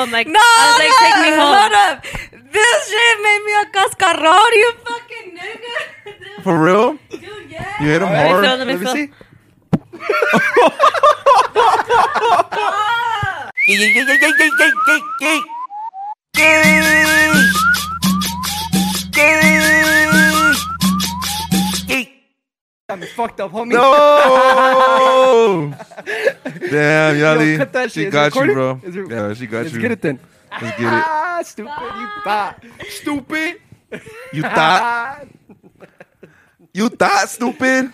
I'm like, No, I was like, no, take me home. hold up. This shit made me a cascarón, you fucking nigga. For real? Dude, dude, yeah. You hit him Let me hard. feel, let me feel. see. Ah. I'm fucked up, homie. No. Oh! Damn, Yadi. cut that she shit. Is it got you, recording? bro. Is it- Yeah, she got Let's you. get it then. Let's get it. Ah. Ah, stupid, you thought. Stupid. You thought? Ah. You thought, stupid?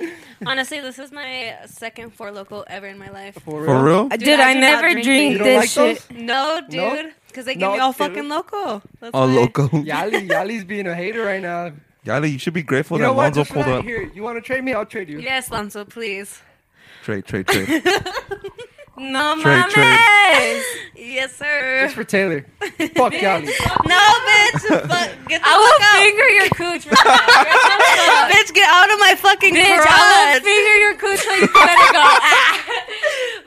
Honestly, this is my second four local ever in my life. For real? Dude, Dude, I I, do not never drink drink, You don't this like shit. those? No, No? dude, because they give No, me all dude. fucking loco. That's Oh, why. loco. Yali, Yali's being a hater right now. Yali, you should be grateful You know that what? Lonzo Just pulled relax. up. Here, you want to trade me? I'll trade you. Yes, Lonzo, please. Trade, trade, trade. No Trade, trade. mames. yes, sir. It's for Taylor. Fuck Yali. No, bitch. Fuck, get the I will fuck out. finger your cooch right now. Right now. bitch, get out of my fucking Bitch, I will finger your garage. cooch till you better go.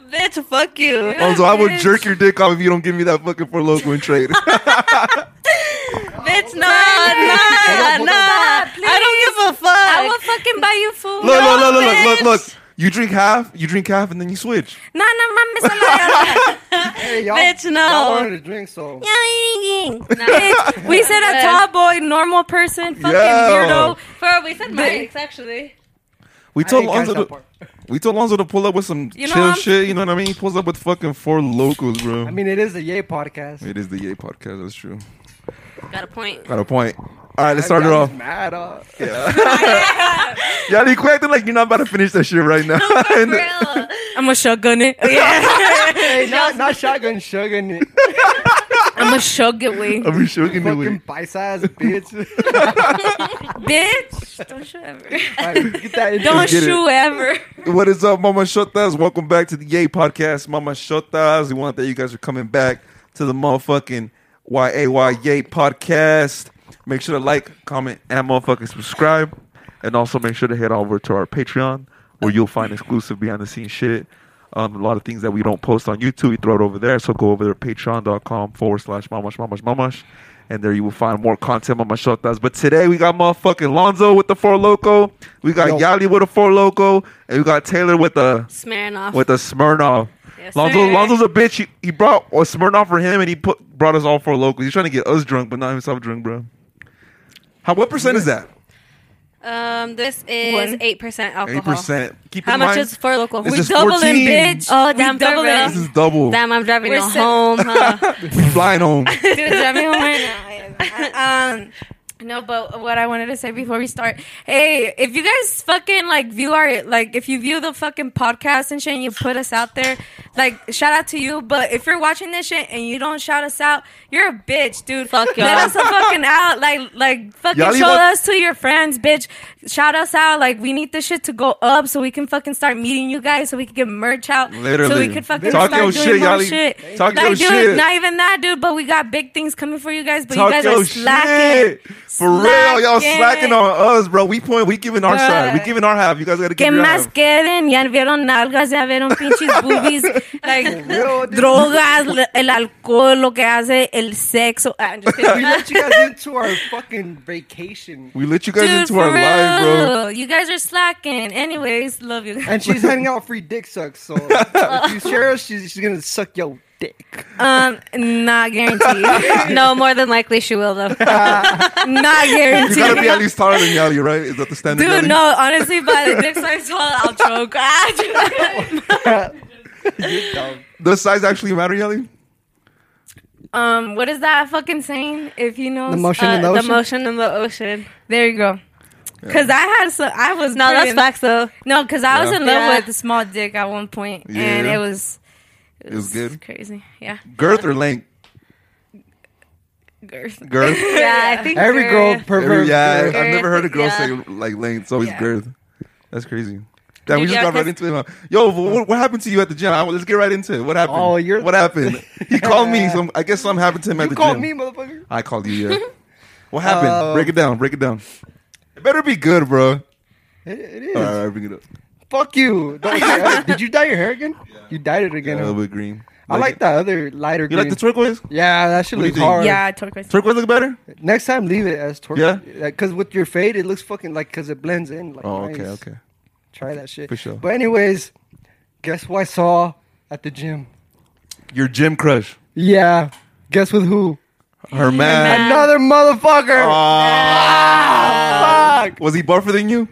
Ah. Bitch, fuck you. Lonzo, I would Bitch. jerk your dick off if you don't give me that fucking for loco and trade. Bitch, no, no, no. on, hold on. I don't give a fuck. I will fucking buy you food. look, look, look, look, look, look, bitch. look. You drink half, you drink half, and then you switch. No, no, mames, a la verga. Hey, y'all. Bitch, Y'all no. wanted a drink, so. Bitch, we said a tall boy, normal person, fucking Yeah. weirdo. Bro, we said Bitch. mics actually. We I told ain't got Lonzo that to, part. we told Lonzo to pull up with some You know chill I'm- shit. You know what I mean? He pulls up with fucking four locals, bro. I mean, it is a yay podcast. it is the Yay podcast. That's true. Got a point. Got a point. All right, let's I- start it I off. was Mad, uh, Yali, quit acting like you're not about to finish that shit right now. And- uh, Real. I'm gonna shotgun it. Yeah. hey, not, not shotgun, shotgun it. I'm gonna shug it, way. Are we shaking the Fucking way? bite size bitch. Bitch, don't shoot ever. Alright, get that intro. Don't get it. shoot ever. What is up, Mama Shotas? Welcome back to the Yay podcast, Mama Shotas. We want to thank you guys for coming back to the motherfucking YAY Yay podcast. Make sure to like, comment, and motherfucking subscribe. And also make sure to head over to our Patreon where you'll find exclusive behind the scenes shit. Um, a lot of things that we don't post on YouTube, we throw it over there. So go over there, patreon.com forward slash mamash, mamash, mamash. And there you will find more content on my shotas. But today we got motherfucking Lonzo with the Four Loco. We got Yo. Yali with a Four Loco. And we got Taylor with the Smirnoff. with a Smirnoff. Yes, Lonzo, sir. Lonzo's a bitch. He, he brought a Smirnoff for him and he put brought us all Four Locos. He's trying to get us drunk, but not himself drunk, bro. How What percent is that? Uh-huh. Um, this is One. eight percent alcohol. 8%. Keep How in much mind, is for local? This We is doubling, 14. bitch. Oh, We damn, for doubling. real? this is double. Damn, I'm driving We're y'all si- home, huh? we flying home. Dude, drive me home right now. Um, no, but what I wanted to say before we start, hey, if you guys fucking like view our like, if you view the fucking podcast and shit, and you put us out there, like, shout out to you. But if you're watching this shit and you don't shout us out, you're a bitch, dude. Fuck y'all. Let us the fucking out, like, like fucking Y'all show even- us to your friends, bitch. Shout us out, like, we need this shit to go up so we can fucking start meeting you guys, so we can get merch out, so Literally. we could fucking Talk start your doing shit, more y'all. shit. Talk like, your dude, shit. Not even that, dude. But we got big things coming for you guys. But Talk you guys your are slacking. shit. For real, y'all Slacking. slacking on us, bro. We point, we giving our Bruh. side, we giving our half. You guys gotta ¿Qué give your más half. quieren? Ya vieron nalgas, ya vieron pinches boobies, like Yo, dude, drogas, le- el alcohol, lo que hace el sexo. Ah, I'm just we kidding. let you guys into our fucking vacation. We let you guys Dude, into for our life, bro. real. You guys are slacking. Anyways, love you. And she's handing out free dick sucks, so if you share us, she's, she's gonna suck your dick. Um, not guaranteed. no, more than likely she will though. not You guaranteed. gotta be at least taller than Yali, right? Is that the standard? Dude, Yali? no, honestly, by the next time I swallow, I'll choke. Ah, dude. You're dumb. Does size actually matter, Yali? um, what is that fucking saying? If you know, The motion Uh, in the the ocean. motion in the ocean. there you go. Cause I had so I was No, pretty that's in- facts though. No, cause I was Yeah. in love Yeah. with the small dick at one point, and Yeah. it was it was good. crazy. Yeah, Girth or length? girth. Girth. Yeah, I think Every girl pervert. Every- yeah, girl. I've never heard a girl Yeah. say like length. So always Yeah. girth. That's crazy. Damn, we Dude, just yeah, got right 'cause- into it. huh? Yo, wh- what, what happened to you at the gym? I- let's get right into it. What happened? Oh, you're- Uh, what happened? He called me. Some, I guess something happened to him at You the called gym. me, motherfucker. I called you. Yeah. what happened? Uh, break it down. Break it down. It better be good, bro. It, it is. All right, bring it up. Fuck you. Don't- Did you dye your hair again? You dyed it again. A huh? little bit green. I like that other lighter You green. like the turquoise? yeah, that should What do you look think? hard. Yeah, turquoise. Turquoise look better? Next time, leave it as torque. Yeah? Because with your fade, it looks fucking like because it blends in. Like, Oh, nice. okay, okay. Try that shit. For sure. But anyways, guess who I saw at the gym? Your gym crush, Yeah. Guess with who? her man. Another motherfucker. Ah, Fuck. was he buffer than you?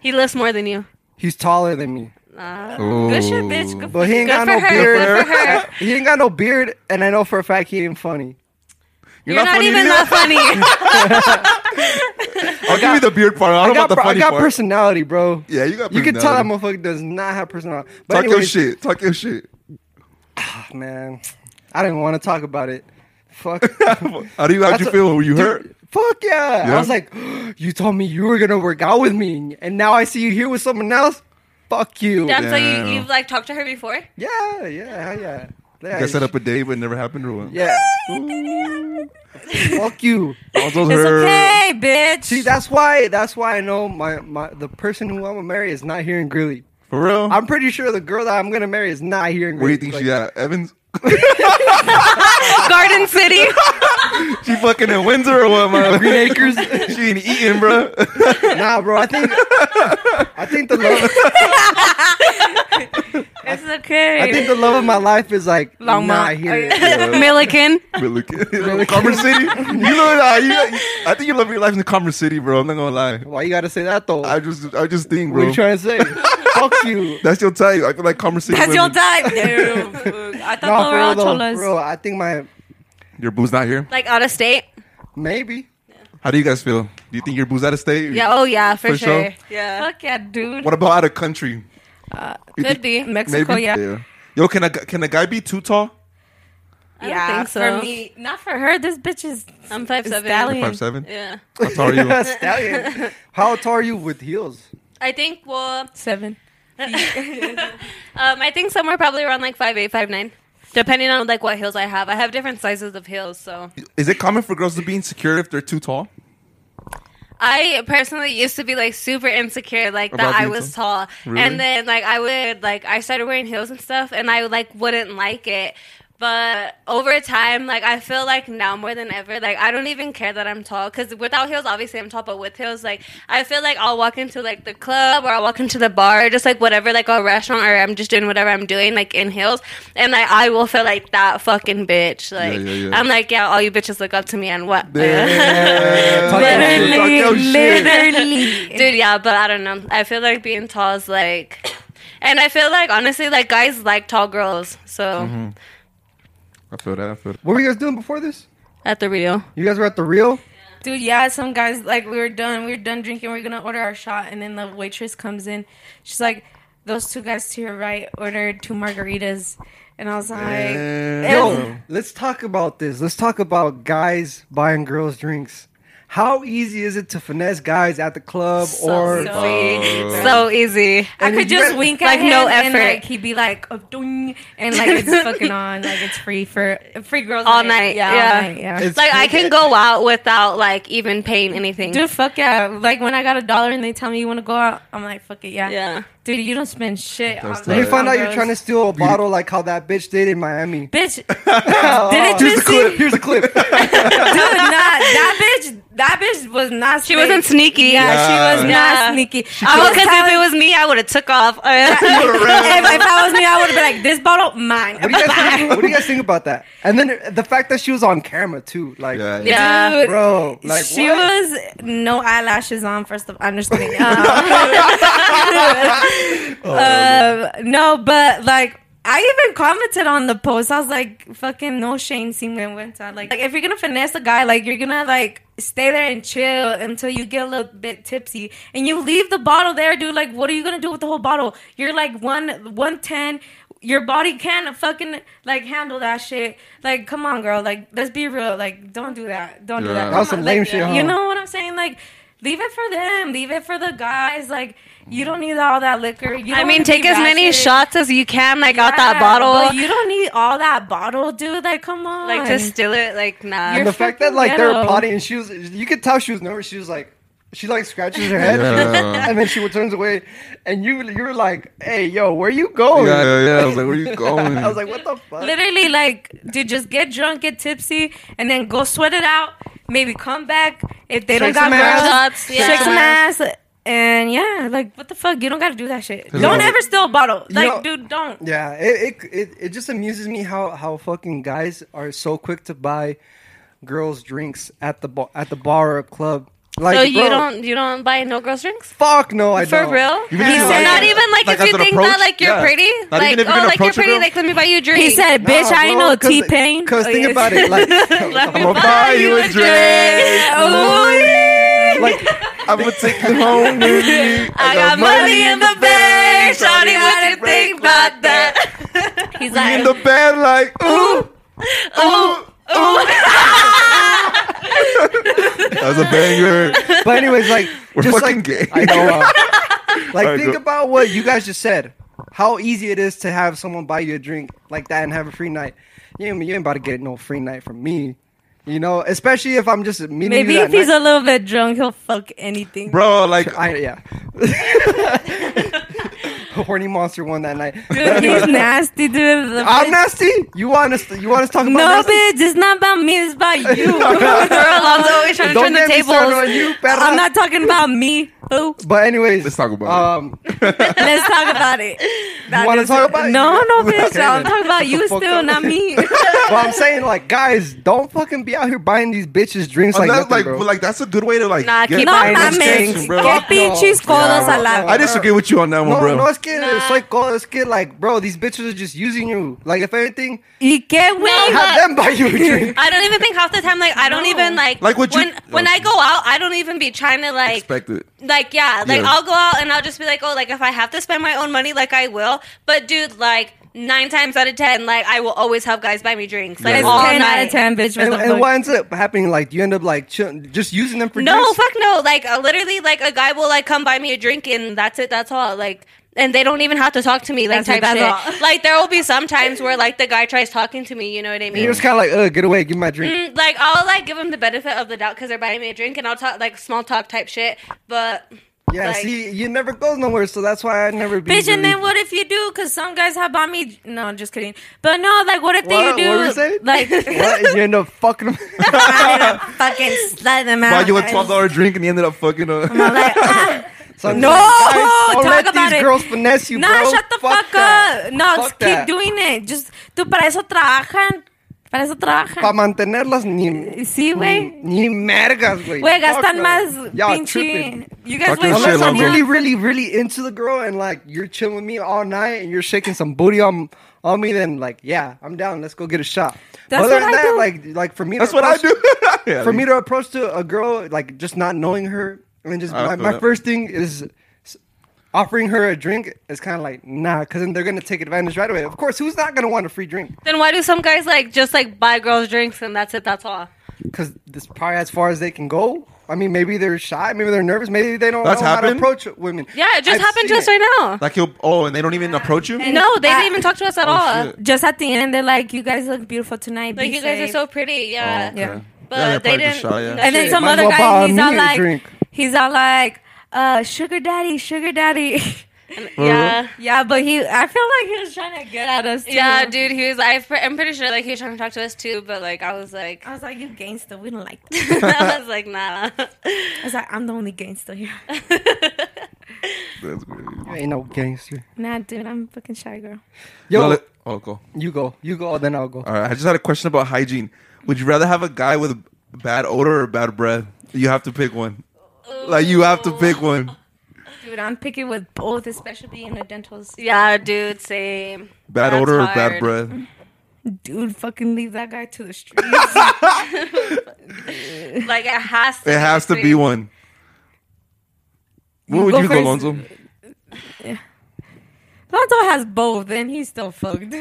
He lifts more than you. He's taller than me, Uh, Ooh. good shit, bitch. Good, but he ain't good got no for her. Good beard. for her. he ain't got no beard, and I know for a fact he ain't funny. You're, not, funny even neither? that funny. I'll give you the beard part. I I don't know got, about the bro- I funny got part. personality, bro. yeah, you got. You can tell that personality. motherfucker does not have personality. But Talk your anyways, shit. Talk your shit. man. I didn't want to talk about it. Fuck. How do you how'd That's you a- feel? Were you hurt? Dude, Fuck yeah. Yeah? I was like, you told me you were gonna work out with me, and now I see you here with someone else. Fuck you. Damn, so Damn. you, you've like talked to her before? Yeah, yeah, hell yeah. You got set up a day, but it never happened. Or what? Yeah. Fuck you. All those It's her- okay, bitch. See, that's why. That's why I know my my the person who I'm gonna marry is not here in Greeley. For real? I'm pretty sure the girl that I'm gonna marry is not here in Where do Greeley. you think Like, she at? Evans? Garden City. she fucking in Windsor or what, man? Green Acres? she ain't eating, bro. Nah, bro. I think. I think the love. it's okay. I think the love of my life is like Longmont. not here. Milliken. But look, Commerce City? You know that? You, I think you love your life in Commerce City, bro. I'm not gonna lie. Why you gotta say that though? I just, I just think, what are bro. you trying to say? Fuck you. That's your type. I feel like Commerce City. That's your women- time. Damn. I thought No, they were all for real, though, cholas. for real. I think my Your boo's not here. Like out of state. maybe. How do you guys feel? Do you think your boo's out of state? Yeah. Oh yeah, for, For sure. sure. Yeah. Fuck yeah, dude. Uh, What about out of country? You Could think- be. Mexico, yeah. Yo, can a gu- can a guy be too tall? I don't think so. for me, not for her. This bitch is I'm five seven. stallion. Five seven. Yeah. How tall are you? Stallion. How tall are you with heels? I think well seven. um I think somewhere probably around like five eight, five nine. Depending on like what heels I have. I have different sizes of heels, so Is it common for girls to be insecure if they're too tall? I personally used to be like super insecure, like About that I being was tall, Really? and then like I would like I started wearing heels and stuff, and I like wouldn't like it. But over time, like I feel like now more than ever, like I don't even care that I'm tall because without heels, obviously I'm tall. But with heels, like I feel like I'll walk into like the club or I'll walk into the bar, just like whatever, like a restaurant or I'm just doing whatever I'm doing, like in heels, and like I will feel like that fucking bitch. Like yeah, yeah. I'm like, yeah, all you bitches look up to me and what? Talk your shit, talk Literally, your shit. literally. Dude, yeah, but I don't know. I feel like being tall is like, and I feel like honestly, like guys like tall girls. So I feel that. I feel that. What were you guys doing before this? at the Rio, You guys were at the real? Dude, yeah, some guys like we were done, we were done drinking, we are gonna order our shot, and then the waitress comes in. She's like, "Those two guys to your right ordered two margaritas," and I was like, Yo, let's talk about this. Let's talk about guys buying girls drinks. How easy is it to finesse guys at the club So or uh, silly. so easy. I And could you just guys- wink at Like, him, no and effort. like he'd be like, "Oh, doing," and like it's fucking on, like it's free for free girls All night, yeah, yeah. all night, yeah. It's- Like I can go out without like even paying anything. Dude, fuck yeah! Like when I got a dollar and they tell me you want to go out, I'm like, "Fuck it, yeah." Yeah. Dude, you don't spend shit. That's on tight. When you on find out you're girls. trying to steal a bottle like how that bitch did in Miami. Oh. bitch. Didn't you Here's the see? clip. Here's the clip. Dude, not that bitch. That bitch was not. she wasn't sneaky. Yeah, she was Yeah. not sneaky. I Oh, was because if telling- it was me, I would have took off. if, if I was me, I would have been like, "This bottle, mine." What do, you guys think, what do you guys think about that? And then the fact that she was on camera too, like, Yeah, yeah. yeah. Dude, bro, like she what? was no eyelashes on. First of all, I'm just kidding. Um, um, no, but like. I even commented on the post. I was like, "Fucking no shame, Seaman Winter. Like, like, if you're gonna finesse a guy, like you're gonna like stay there and chill until you get a little bit tipsy, and you leave the bottle there, dude. Like, what are you gonna do with the whole bottle? You're like one one ten. Your body can't fucking like handle that shit. Like, come on, girl. Like, let's be real. Like, don't do that. Don't do Yeah. that. That was Come some on, like, lame shit, huh? You know what I'm saying? Like, leave it for them. Leave it for the guys. Like, you don't need all that liquor. You I don't mean, wanna be take as many ratchet. shots as you can, like out that Yeah, But bottle, you don't need all that bottle, dude. Like, come on. like to steal it. Like nah. You're the fact that fucking like they were ghetto. plotting and she was you could tell she was nervous she was like She like scratches her head, Yeah. and then she turns away, and you you were like, "Hey, yo, where you going?" Yeah, yeah, yeah. I was like, where you going? Oh, I was like, "What the fuck?" Literally, like, dude, just get drunk, get tipsy, and then go sweat it out. Maybe come back if they Shake don't got some ass. girls. Shots, yeah. Shake some ass. And yeah, like, what the fuck? You don't gotta do that shit. You Don't know- ever steal a bottle. You Like, know- dude, don't. Yeah, it, it it it just amuses me how how fucking guys are so quick to buy girls drinks at the bar at the bar or club. Like, so you bro, don't you don't buy no girls drinks? Fuck no, I For don't. real? You mean He Oh. you said like- not even like, like if you as an think approach? that like you're Yeah. pretty, Not like even if you're oh gonna like you're approach a pretty, girl? like let me buy you a drink. He said, bitch, I ain't no T Pain. Because Oh, think about it, like, Let I'm me gonna buy you a drink. like I'm gonna take you home with me. I got money in the bank. Shawty, what you think about that? He's in like, the bed, like ooh. Oh, That's a banger. But anyways, like We're just fucking like, gay. I know. uh, like Alright, think go. about what you guys just said. How easy it is to have someone buy you a drink like that and have a free night. You ain't, you ain't about to get no free night from me. You know, especially if I'm just meeting maybe you if that he's night. a little bit drunk, he'll fuck anything. Bro, like I, yeah. Horny monster won that night. Dude, he's nasty, dude. The I'm bitch- nasty. You want us? You want us to talk about No, nasty? bitch, it's not about me. It's about you. girl, Alonzo always trying to Don't turn the get me started tables. on you, perra. I'm not talking about me. Boo. But anyways, Let's talk about um, Let's talk about it. That wanna is- talk about it? No, no, bitch. Okay, I'm then. talking about you Fuck still, up. not me. but I'm saying like, guys, don't fucking be out here buying these bitches drinks like unless, like, nothing, bro. like that's a good way to like. Nah, keep no buying that's those mames. changing, bro. Qué Fuck no. pinches codos al lado. I disagree with you on that one, No, bro. no, es que Nah. soy cold. Es que like, bro, these bitches are just using you. Like, if anything, Y qué güey. No, have them buy you a drink. I don't even think half the time. Like I don't No. even like Like, would you- when when I go out, I don't even be trying to like Expect it. like yeah like Yeah. i'll go out and i'll just be like oh like if i have to spend my own money like i will but dude like nine times out of ten like i will always help guys buy me drinks like It's all 10 night. out of 10, bitch. What And, the and fuck? what ends up happening? Like, you end up like chill, just using them for no drinks. fuck no like uh, literally like a guy will like come buy me a drink and that's it that's all like and they don't even have to talk to me like That's it, type shit. that's all. like there will be some times where like the guy tries talking to me you know what i And mean you're just kind of like, uh, get away, give me my drink. Mm, like I'll like give them the benefit of the doubt because they're buying me a drink, and I'll talk like small talk type shit. But yeah, like- see, you never goes nowhere, so that's why I never. Be Bitch, and really- then what if you do? Because some guys have on me. No, I'm just kidding. But no, like, what if What- you do? what were you saying? Like, What? You end up fucking them. I'm gonna fucking slide them out. Bought you a twelve dollar drink and you ended up fucking. Uh, I'm like, ah. So I'm No, just like, guys, don't talk let about these it. girls finesse you, Nah, bro. shut the fuck, that. up. No, Fuck just keep that. doing it. Just, tú para eso trabajan. Para eso trabajan. Para mantenerlas ni sí, güey. ni mergas, güey. Güey, Fuck gastan no. más Y'all pinche. tripping. You guys Fucking waste shit, Unless I'm Loco. really, money. really, really into the girl and like you're chilling with me all night and you're shaking some booty on on me, then like yeah, I'm down. Let's go get a shot. That's Other what than I that, do. like like for me, to that's what I approach- do. Yeah, For you- me to approach to a girl like just not knowing her and just I my, feel my that. first thing is s- offering her a drink is kind of like nah, because then they're gonna take advantage right away. Of course, who's not gonna want a free drink? then why do some guys like just like buy girls drinks and that's it? That's all. because this probably as far as they can go. I mean, maybe they're shy, maybe they're nervous, maybe they don't That's know happened? how to approach women. Yeah, it just I've happened seen just right it. now. like he'll. Oh, and they don't even approach you. no, they Ah. didn't even talk to us at all. shit. Just at the end, they're like, you guys look beautiful tonight. Like Be you guys are safe." so pretty. Yeah. Oh, okay. Yeah. uh, But they they're probably just didn't. shy, yeah. And then Shit, some might as other well buy guy, he's me all a like, drink. he's all like, uh, sugar daddy, sugar daddy. yeah. yeah, but he, I feel like he was trying to get at us. Too. Yeah, dude, he was. I, pre- I'm pretty sure, like, he was trying to talk to us too, but like, I was like, I was like, you gangster. We don't like that. I was like, nah. I was like, I'm the only gangster here. That's great. You ain't no gangster. nah, dude, I'm a fucking shy girl. Yo, No, let- oh, cool. you go, you go, then I'll go. All right. I just had a question about hygiene. Would you rather have a guy with bad odor or bad breath? You have to pick one. Like you have to pick one. Dude, I'm picking with both, especially in the dentals. yeah, dude, same. Bad That's odor or bad hard. breath? Dude, fucking leave that guy to the streets. Like, it has. To It has to be one. one. What would go you go, first. Lonzo? Lonzo has both, and he's still fucked.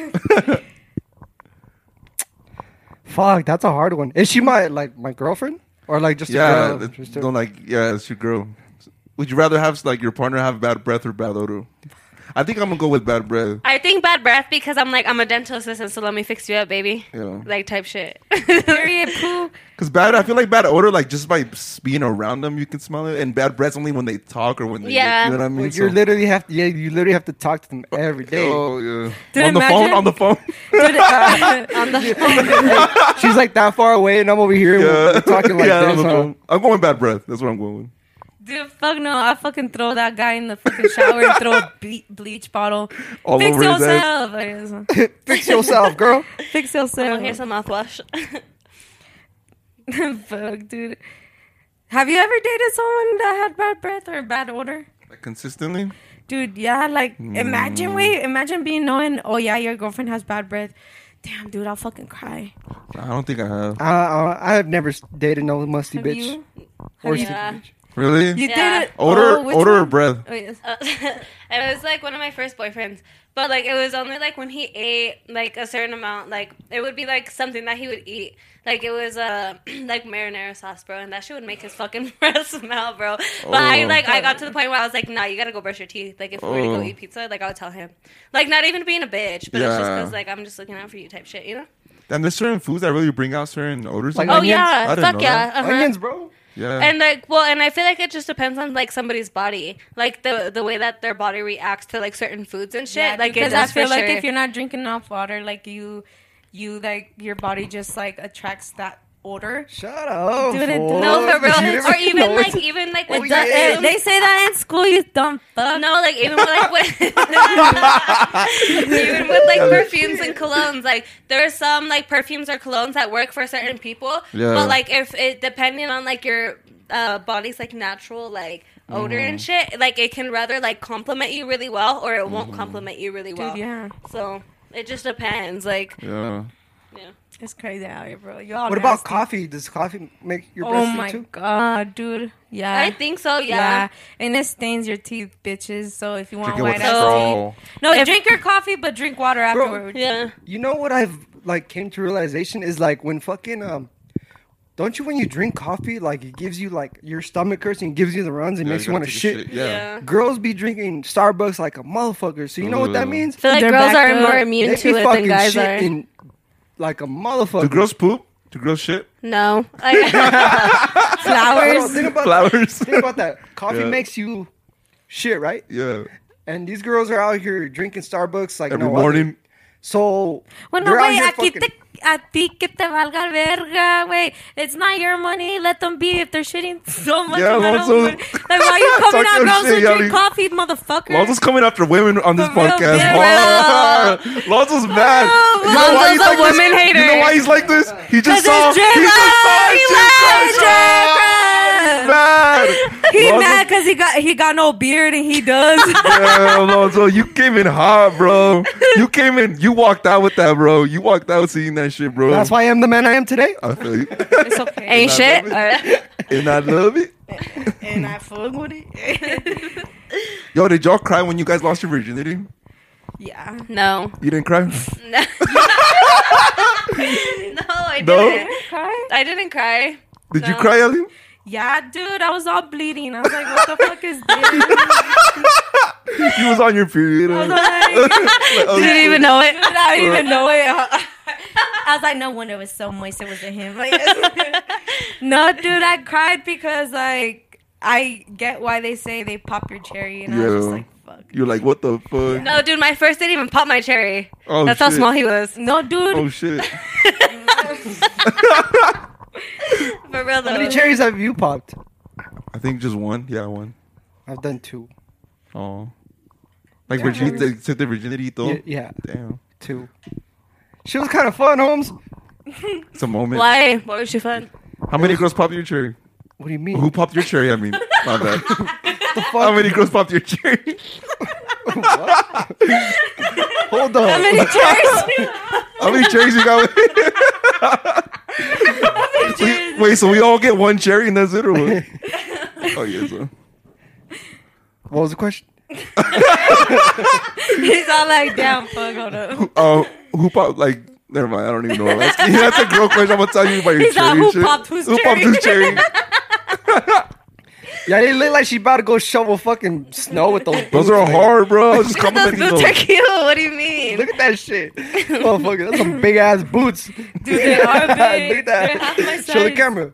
Fuck, that's a hard one. Is she my like my girlfriend or like just Yeah, a girl? it- Just a- don't like. Yeah, it's your girl. Would you rather have like your partner have bad breath or bad odor? I think I'm gonna go with bad breath. I think bad breath because I'm like I'm a dental assistant, so let me fix you up, baby. Yeah. Like type shit. Period. Poo. Cause bad, I feel like bad odor, like just by s- being around them, you can smell it. And bad breath's only when they talk or when they, Yeah. you know what I mean. Well, you literally have to. Yeah, you literally have to talk to them every day. Oh yeah, Dude, on the phone, imagine- on the phone. Dude, uh, She's like that far away, and I'm over here yeah, talking like Yeah, on this. the huh? phone. I'm going bad breath. That's what I'm going with. dude, fuck no. I fucking throw that guy in the fucking shower and throw a ble- bleach bottle. All Fix over his yourself. I guess. Fix yourself, girl. Fix Oh, here's yourself. some mouthwash. fuck, dude. Have you ever dated someone that had bad breath or bad odor? Like, consistently. Dude, yeah, like Mm. imagine wait, imagine being knowing, oh yeah, your girlfriend has bad breath. Damn, dude, I'll fucking cry. I don't think I have. Uh, uh, I have never dated no musty Have bitch you? or you- stinky Yeah. bitch. Really? You Yeah. did it. odor, oh, which odor, or one? breath. Oh, yes. Uh, it was like one of my first boyfriends, but like it was only like when he ate like a certain amount. Like it would be like something that he would eat. Like it was uh like marinara sauce, bro, and that shit would make his fucking breath smell, bro. But I Oh. like I got to the point where I was like, nah, you gotta go brush your teeth. Like if we were to Oh. go eat pizza, like I would tell him, like not even being a bitch, but it's just Yeah. because like I'm just looking out for you type shit, you know? And there's certain foods that really bring out certain odors. Like in Oh me. Onions? I yeah, didn't fuck know yeah, that. uh-huh. Onions, bro. yeah. And like, well, and I feel like it just depends on like somebody's body, like the the way that their body reacts to like certain foods and shit. Yeah, like, it because does I feel for like sure. if you're not drinking enough water, like you, you like your body just like attracts that odor. Shut up. Dude, it- fool. no, for Oh, You real, never or even know like it's- even like Oh, with yeah. the, Eh, they say that in school, you dumb fuck. no, like even with like with even with like perfumes and colognes, like there are some like perfumes or colognes that work for certain people, Yeah. but like if it depending on like your uh, body's like natural like odor and Mm-hmm. shit, like it can rather like compliment you really well or it won't compliment you really well. Dude, yeah, So it just depends. Like, yeah. yeah. it's crazy out here, bro. You all What about nasty. coffee? Does coffee make your Oh breath my too? god, dude. Yeah. I think so. yeah. Yeah. and it stains your teeth, bitches. So if you Oh, want Drink it white with ass straw. teeth, no, drink your coffee, but drink water Bro, afterward. Yeah. You know what I've like came to realization is like when fucking um, don't you when you drink coffee like it gives you like your stomach hurts and gives you the runs and Yeah, makes you you want gotta to take a shit. shit, yeah. Girls be drinking Starbucks like a motherfucker. So you know what that Ooh. means? I feel like They're girls backed are up. more immune to it than guys are. shitting like a motherfucker. Do girls poop? Do girls shit? No. I, Hold on, Flowers. think about Flowers? That. Think about that. Coffee Yeah. makes you shit, right? Yeah. And these girls are out here drinking Starbucks like Every no other. morning. So Bueno, they're out güey, here aquí fucking- te, a ti que te valga verga, güey. It's not your money. Let them be if they're shitting so much. Yeah, Yeah, let them Lonzo- be. Like, why you coming Talk out your girls shit, who drink Yali. coffee, motherfucker? Lonzo's coming after women on this For real, podcast. yeah. Hard. Lonzo's mad. Oh, You know why Lonzo's he's a like this? woman hater. You know why he's like this? He just Because saw. it's He just saw. Drake. He He just loves saw. Drake. Mad. He Lonzo- mad because he got he got no beard and he does. Damn, Lonzo, you came in hot, bro. You came in. You walked out with that, bro. You walked out seeing that shit, bro. That's why I am the man I am today. I feel you. it's okay. ain't shit. and I love it. and I fuck with it. Yo, did y'all cry when you guys lost your virginity? yeah. no. You didn't cry? No. no, I didn't. No? I didn't cry. Did you No. cry, Ellie? Yeah, dude, I was all bleeding. I was like, what the fuck is this? You was on your period. I was huh? like, Oh, Didn't even know it. Dude, I didn't even know it. I was like, no wonder it was so moist. It wasn't him. Like, no, dude, I cried because like I get why they say they pop your cherry, and I was just Yeah. like, fuck. You're like, what the fuck? No, dude, my first didn't even pop my cherry. Oh, That's how shit. small he was. No, dude, Oh shit! For real How though. Uh, many cherries have you popped? I think just one. Yeah, one. I've done two. Oh, like virginity. They took the virginity though. Yeah, yeah, Damn, two. She was kind of fun, Holmes. it's a moment. Why? What was she fun? How many girls popped your cherry? What do you mean? Who popped your cherry? I mean, my bad. the fuck? How many girls popped your cherry? Hold on. how many cherries? How many cherries you got? wait, wait, so we all get one cherry and that's it, or what? oh yeah, so What was the question? He's all like, damn, fuck, hold up. uh, who popped? Like, never mind. I don't even know. What I'm asking. That's a girl question. I'm gonna tell you about your He's cherry. like, who shit. popped whose who popped cherry? whose cherry? Yeah, they look like she about to go shovel fucking snow with those. Those boots, are man. hard, bro. Just Those complimenting boots those. are cute. What do you mean? Look at that shit, motherfucker. That's some big ass boots. Dude, they are big. look at They're half my that. Show the size. camera.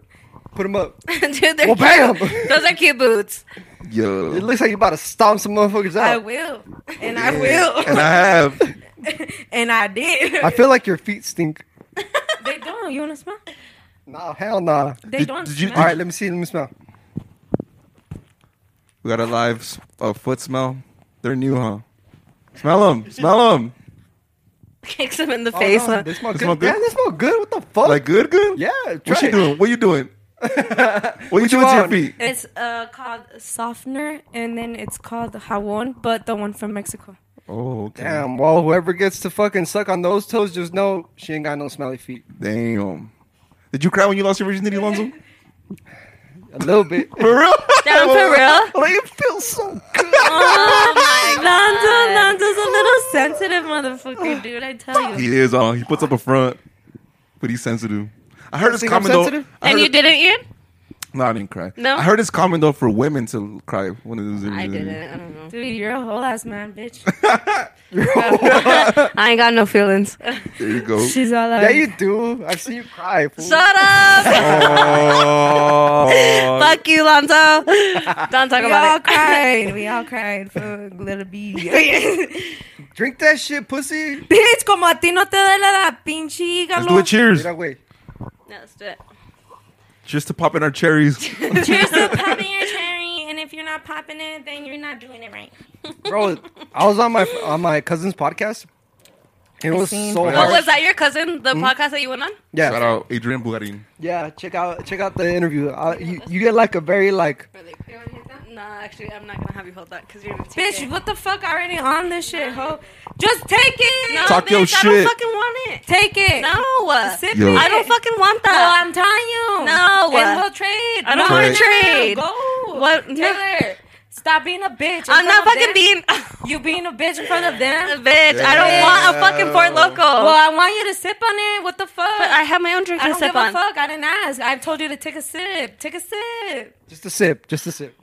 Put them up. Dude, they're Well, bam! cute. Those are cute boots. It Yeah. looks like you about to stomp some motherfuckers I out. will, and I will, And I have. and I did. I feel like your feet stink. they don't. You wanna smell? Nah, hell nah. They Did- don't. did you- smell. All right, let me see. Let me smell. We got a live s- uh, foot smell. They're new, huh? Smell them. Smell them. Kicks him in the Oh, face. no, huh? they smell They good. smell good? Yeah, they smell good. What the fuck? Like good, good. yeah, try What you it. doing? What you doing? What you What you doing to your on? feet? It's uh, called softener, and then it's called jabón, but the one from Mexico. Oh, okay. Damn. Well, whoever gets to fucking suck on those toes, just know she ain't got no smelly feet. Damn. Did you cry when you lost your virginity, Lonzo? A little bit. For real? Down for real? like it feels so good. Oh my god, Lonzo, Lonzo's a little sensitive motherfucker, dude. I tell you. He is. Uh, he puts up a front, but he's sensitive. I heard his think I'm comment though. sensitive? I And heard- you didn't, Ian? No, I didn't cry. No? I heard his comment though for women to cry when it was. I didn't. I don't know. Dude, you're a whole ass man, bitch. I ain't got no feelings. Oh. There you go. She's all like, Yeah, you do. I've seen you cry. Fool. Shut up! Oh, Fuck you, Lonzo. Don't talk we all about it. cried. We all cried for little B. Drink that shit, pussy. Bitch, como a ti no te duele la pinche Let's do a hígalo. cheers. Get away. No, let's do it. Cheers to popping our cherries. Cheers to popping your cherry, and if you're not popping it, then you're not doing it right. bro. I was on my on my cousin's podcast. It was seen- so Oh, Oh, hard. was that your cousin? The podcast that you went on? yeah, Shout out Adrian Bugarin. yeah. Check out check out the interview. I, you, you get like a very like Really? You wanna hit that? Nah, actually, I'm not gonna have you hold that because you're gonna take Bitch, it. what the fuck? Already on this shit, ho. Just take it. No, Talk bitch, your I don't shit. fucking want it. Take it. No, Sip Yo. it. I don't fucking want No, that. I'm telling you. No. And we'll trade. I don't No, wanna no, trade. no, no, Go. What- no. Taylor, stop being a bitch. in I'm, front not of them. fucking being a You being a bitch in front of them. bitch. I don't Yeah. want a fucking Fort Loco. Well, I want you to sip on it. What the fuck? but I have my own drink I to don't sip give on. a fuck. I didn't ask. I've told you to take a sip. Take a sip. just a sip, just a sip.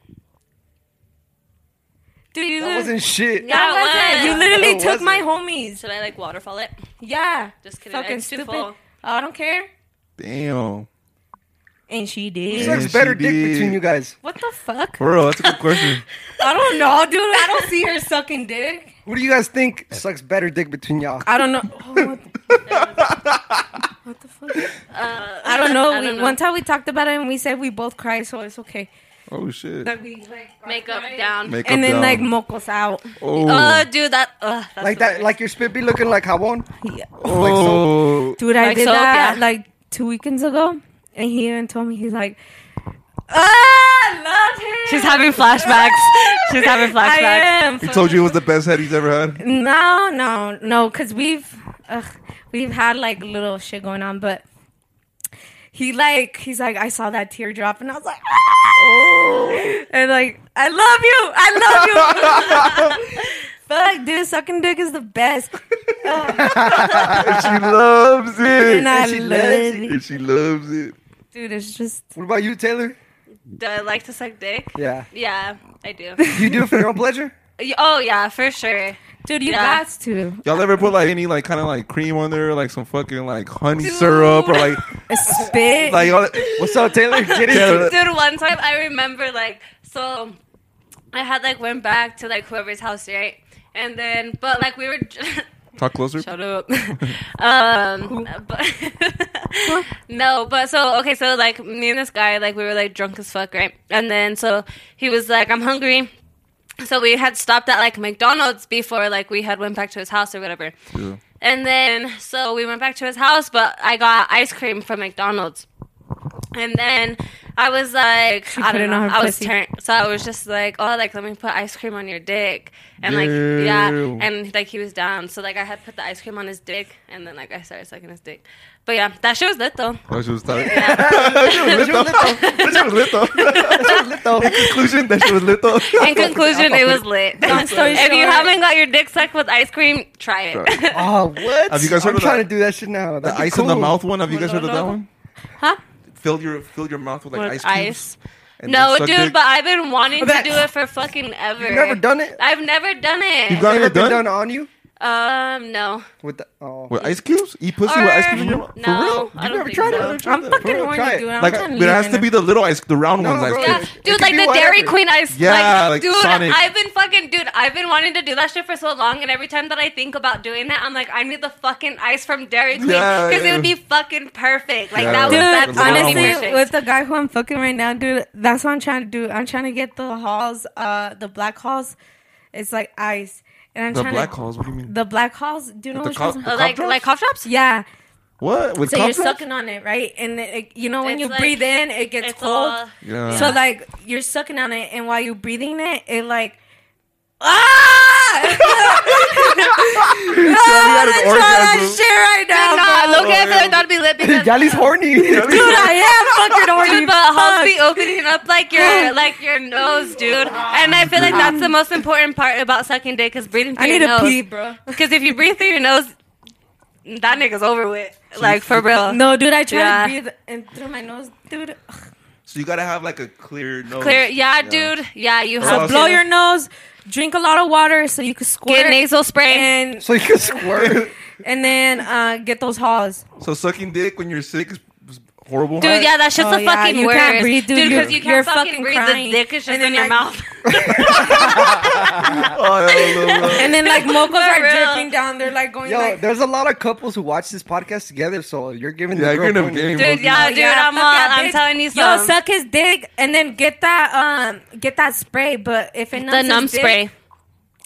Dude, you That lit- wasn't shit. Yeah. That That wasn't. was- You literally That took my wasn't. homies. Should I like waterfall it? Yeah. Just kidding. Fucking It's too stupid. full. I don't care. Damn. And she Who did. Yeah, sucks better she dick did. between you guys? What the fuck? For real, that's a good question. I don't know, dude. I don't see her sucking dick. Who do you guys think sucks better dick between y'all? I don't know. Oh, what, the, what the fuck? Uh, I don't know. I we, don't know. One time we talked about it and we said we both cried, so it's okay. Oh shit. That we, like, are Makeup crying. down. Makeup And then down. like mocos out. oh, Uh, dude, that. Uh, that's like the that, worst. like your spit be looking like jabon. Yeah. oh. Dude, I Like did soap, that yeah. like two weekends ago, and he even told me he's like, "Ah, I love him." She's having flashbacks. She's having I flashbacks. am. He told you it was the best head he's ever had. No, no, no, because we've ugh, we've had like little shit going on, but he like he's like I saw that teardrop and I was like, "Ah!" Oh. and like I love you, I love you. Fuck, dude, sucking dick is the best, she loves and it. I she love loves it. And she loves it. dude. It's just What about you, Taylor? Do I like to suck dick? Yeah, Yeah, I do. you do it for your own pleasure. Y- oh yeah, for sure. dude, you Yeah. got to. Y'all ever put like any like kind of like cream on there, like some fucking like honey syrup or like Spit. like y'all, What's up, Taylor? Get into Yeah. it. Dude, one time I remember like so I had like went back to like whoever's house, right? And then but like we were talk closer? Shut up. um, but no, but so okay, so like me and this guy, like we were like drunk as fuck, right? And then so he was like, "I'm hungry." So we had stopped at like McDonald's before, like we had went back to his house or whatever. Yeah. And then so we went back to his house, but I got ice cream from McDonald's. And then I was like, I don't couldn't know, have I was pussy. turned, so I was just like, oh, like let me put ice cream on your dick, and like yeah, Ew. and like he was down, so like I had put the ice cream on his dick, and then like I started sucking his dick, but yeah, that shit was lit though. That shit was tight. that shit was lit though. That shit was lit though. In conclusion, that shit was lit though. In conclusion, it was lit. story if you short. haven't got your dick sucked with ice cream, try it. Try it. Oh, what? Have you guys heard I'm of trying that- to do that shit now. the ice in the mouth one. Have you guys heard of that one? Huh? Fill your fill your mouth with like with ice ice. cubes. and No, then suck dude, dick? but I've been wanting That- to do it for fucking ever. You've never done it? I've never done it. You've got- Ever Never been done? done on you? um, no. With the, oh. with ice cubes, eat pussy with ice Or- cubes in your mouth. no, for I real? You don't never think tried it? so. Never tried I'm that? fucking Bro, horny, try it. dude. I'm like, trying but to it has to be the little ice, the round No, ones. bro, ice Yeah, cubes. It dude, could like be the Dairy whatever. Queen ice. Yeah, like dude, Sonic. I've been fucking, dude, I've been wanting to do that shit for so long, and every time that I think about doing that, I'm like, I need the fucking ice from Dairy Queen Yeah, because yeah. it would be fucking perfect. Like Yeah. that Dude, was that's Dude, gonna be honestly, perfect. honestly, with the guy who I'm fucking right now, dude, that's what I'm trying to do. I'm trying to get the halls, uh, the black halls. It's like ice, and I'm The trying black to, halls. What do you mean? The black halls. Do you know The which co- ones? Uh, the cough like drops? like cough drops. Yeah. what with So cough you're drops? sucking on it, right? And it, it- you know when It's you like- breathe in, it gets it's cold. all- Yeah. So like you're sucking on it, and while you're breathing it, it like ah. had an I'm trying that orgasm. shit right now. Nah, bro. look at it. That'd be lit because Yali's horny. dude, I am fucking horny. Dude, but Fuck. holes be opening up like your like your nose, dude. And I feel like that's the most important part about sucking dick is breathing through I need your a nose. pee, bro. Because if you breathe through your nose, that nigga's over with. Like for real. No, dude, I try Yeah. to breathe in through my nose, dude. Ugh. So you gotta have like a clear nose. Clear. Yeah, dude. Yeah, you So have Okay. Blow to your nose, drink a lot of water so you can squirt, get nasal spray. and so you can squirt. and then uh, get those halls. So sucking dick when you're sick is is horrible. Dude, yeah, that shit's Oh, the yeah, fucking you worst. can't breathe, dude. because You're- you can't you're fucking, fucking breathe. crying. The dick is just And in then, your like- mouth. Oh, yeah, no, no, no. And then like mocos are real. dripping down. They're like going Yo, like. there's a lot of couples who watch this podcast together, so you're giving Yeah, the you're girl gonna pointers. gain- Dude, yeah, Oh, dude, yeah, I'm, uh, fuck that I'm bitch. telling you Yo, something. suck his dick and then get that um get that spray. But if it numbs the his numb dick- spray.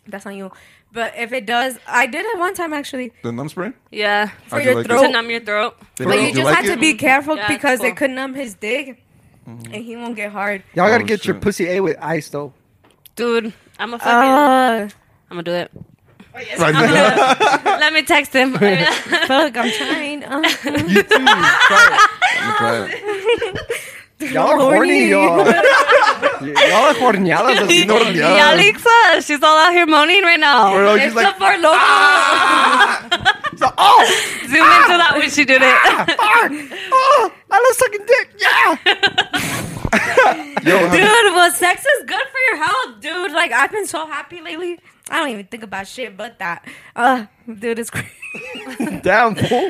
that's on you. But if it does, I did it one time actually The numb spray. Yeah. for How'd you your like it? throat. To numb your throat. But you Do just like have it? Mm-hmm. to be careful Yeah, it's because cool. it could numb his dick, and he won't get hard. Y'all gotta Oh, get your shit. pussy A with ice though. Dude, I'm a fucking Uh, I'm gonna do it. Right Let me text him. fuck, I'm trying. Uh, You too. Try it. I'm gonna try it. Y'all are Horny. horny, y'all. y'all are horneadas, así No, no. yeah. Yeah, Alexa, she's all out here moaning right now. Bro, she's it's like, the for local. So, oh, Zoom into that when she did Ah! it. fuck! Oh, I love sucking dick. Yeah. yo, how- Dude, well, sex is good for your health, dude. Like, I've been so happy lately. I don't even think about shit but that. Uh, dude, it's crazy. Damn fool.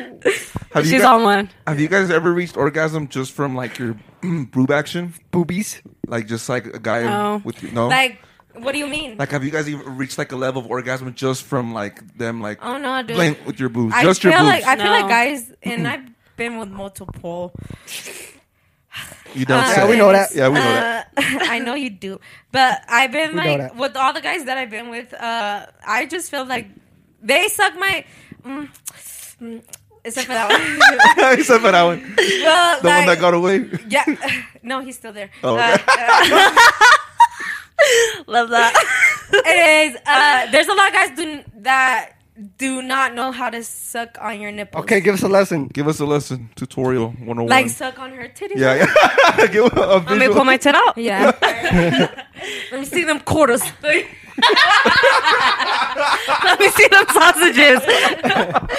have you she's guys, on one. have you guys ever reached orgasm just from like your boob action? Boobies. Like just like a guy No. with you? No. Like, what do you mean? Like, have you guys even reached like a level of orgasm just from like them like oh, no, dude. playing with your boobs? I just feel your boobs. like I feel like No. guys, and I've been with multiple. you don't uh, say. Yeah, we know that. Yeah, we know that. Uh, I know you do, but I've been We know like that. with all the guys that I've been with. Uh, I just feel like they suck my. Mm, mm, except for that one. Except for that one, the well, one that like, got away. yeah, no, he's still there. Oh, Uh, okay. Love that. it is. Uh, there's a lot of guys do, that do not know how to suck on your nipples. Okay, give us a lesson. Give us a lesson tutorial 101. like suck on her titties. yeah, yeah. Give a a Let me pull visual. my tit out. Yeah. Let me see them quarters. Let me see them sausages.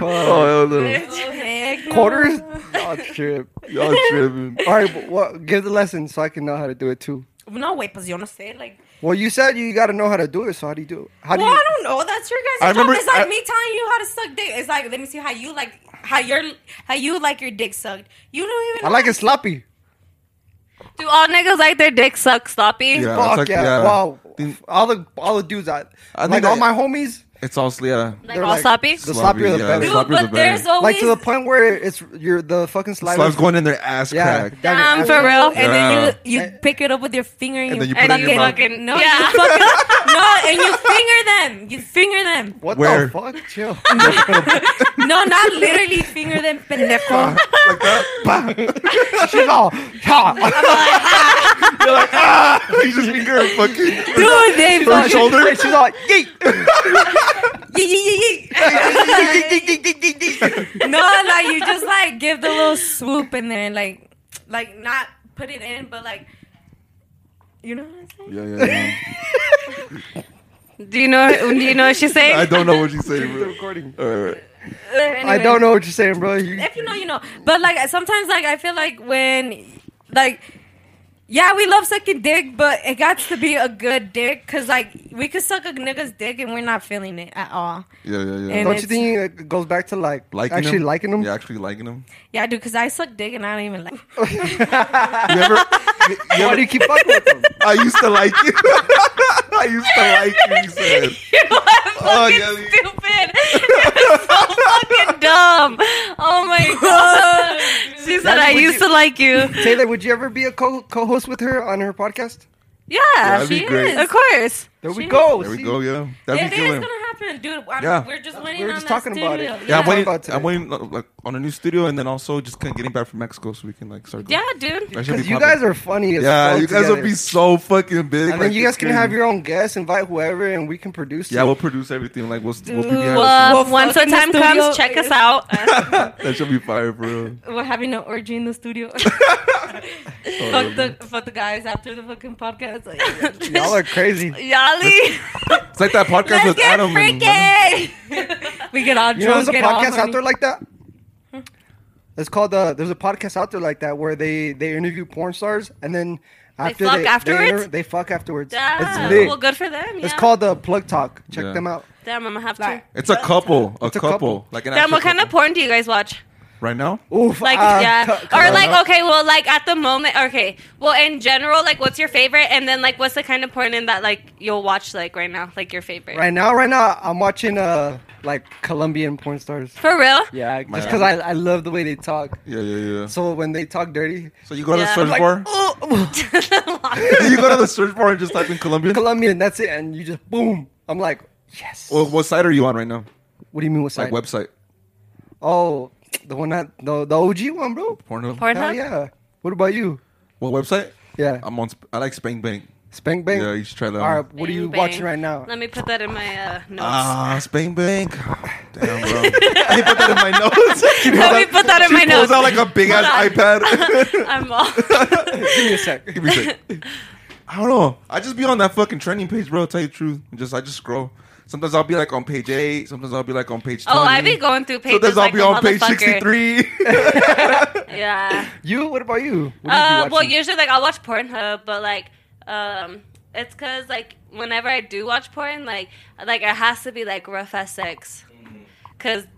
Oh, hell no. Quarters. Oh, trip. Y'all tripping. All right, but what, give the lesson so I can know how to do it too. No way, pues yo no sé. Like, Well, you said you got to know how to do it. So how do you do it? How do well, Oh, I you? don't know. That's your guys' I job. remember- it's like I- me telling you how to suck dick. It's like let me see how you like how your how you like your dick sucked. You don't even. I like it sloppy. Do all niggas like their dick suck sloppy? Yeah. it's Fuck like- yeah. yeah. Wow. Think- all the all the dudes I, I think like all that- my homies. It's all yeah. Like They're all like- sloppy? The sloppier the yeah, better. Dude, sloppier's the but there's better. always Like to the point where it's you're the fucking slide. Slime's going in their ass Yeah. crack. Damn, for real. and Yeah. then you you pick it up with your finger and, And then you you, And put it in you your mouth. fucking no no, yeah. you fucking no and you finger them. You finger them. What Where? the fuck? Chill. No, not literally finger them, Ah. pendejo. Like that. She's all. Ha. You're like ah. You just finger her fucking Dude, they her fucking shoulder. She's all. Yeet. Yee, yee, yee, yee. no, like you just like give the little swoop in there, and like, like not put it in, but like, you know what I'm saying? Yeah, yeah, yeah. Do you know do you know what she's saying? I don't know what you say. The Bro. recording. All right. I don't know what you're saying, bro. You- If you know, you know. But like sometimes, like I feel like when, like, yeah, we love sucking dick, but it got to be a good dick because like we could suck a nigga's dick and we're not feeling it at all. Yeah, yeah, yeah. And Don't it's- you think it goes back to like liking actually him? liking them? Yeah, actually liking them. Yeah, dude, because I suck dick and I don't even like. You ever? you Why ever- do you keep fucking with them? I used to like you. I used to like you. You said. You are fucking Oh, yeah, we- stupid. You're so fucking dumb. Oh my god. She said, That's "I what used you- to like you." Taylor, would you ever be a co- co-host with her on her podcast? Yeah, That'd be she great. is. Of course. There we She- go. There we see? go. Yeah, Yeah, that'd it be is killing. gonna happen, dude. I'm, Yeah. We're just waiting. We were on just that talking about it. studio. Yeah, I'm Talking waiting. about today. I'm waiting uh, like on a new studio, and then also just kind of getting back from Mexico so we can like circle. Yeah, dude. That should be Because you popping. guys are funny as Yeah, fuck you guys together. would be so fucking big. And then like, you guys it's can crazy. have your own guests, invite whoever, and we can produce. Yeah, it. we'll produce everything. Like we'll, we'll be behind Well, uh, Well, once the fucking time the studio comes, check us is- out. the scenes. that should be fire, bro. We're having an orgy in the studio. fuck the fuck the guys after the fucking podcast. Like, y'all are crazy. Yali, It's like that podcast with Adam. and- we get all drunk. You know, there's a get all podcast out horny. there like that. Hmm? It's called uh, there's a podcast out there like that where they they interview porn stars and then after fuck they afterwards? They, they fuck afterwards. damn. It's lit. Well, good for them. Yeah. It's called the Plug Talk. Check Yeah. them out. Damn, I'm gonna have to. Like- It's a couple. A, It's a couple. couple. Like an Damn, actual what kind of couple. porn do you guys watch? Right now? Oof, Like, uh, yeah, c- c- or I like, know. okay, well, like at the moment, okay, well, in general, like, what's your favorite? And then, like, what's the kind of porn in that like you'll watch like right now, like your favorite? right now, right now, I'm watching uh like Colombian porn stars. For real? Yeah, just God. because I, I love the way they talk. Yeah, yeah, yeah. So, So when they talk dirty, "Oh!" you go to Yeah. the search Like- "Oh!" bar. you go to the search bar and just type in Colombian. Colombian, that's it, and you just boom. I'm like, yes. well, what site are you on right now? what do you mean? What's Like website. Oh, the one that the, the OG one, bro. Pornhub. Hell Pornhub? yeah. What about you? What website? Yeah. I'm on. Sp- I like Spank Bank. Spank Bang? Um, Yeah, you should try that. All one. right, what are Bang, you bang. watching right now? Let me put that in my uh, notes. Ah, Spank Bank. Damn, bro. I didn't put that in my notes. She pulls Let me out- put that in she my pulls notes. out like a big ass on. iPad. I'm all. Give me a sec. Give me a sec. I don't know. I just be on that fucking trending page, bro. Tell you the truth. I Just I just scroll. Sometimes I'll be like on page eight. Sometimes I'll be like on page. 20. Oh, I be going through pages Sometimes like I'll be on page sixty three. sixty-three. Yeah. You? What about you? What Uh, you well, usually like I'll watch Pornhub, but like, um, it's cause like whenever I do watch porn, like, like it has to be like rough as sex, cause Mm.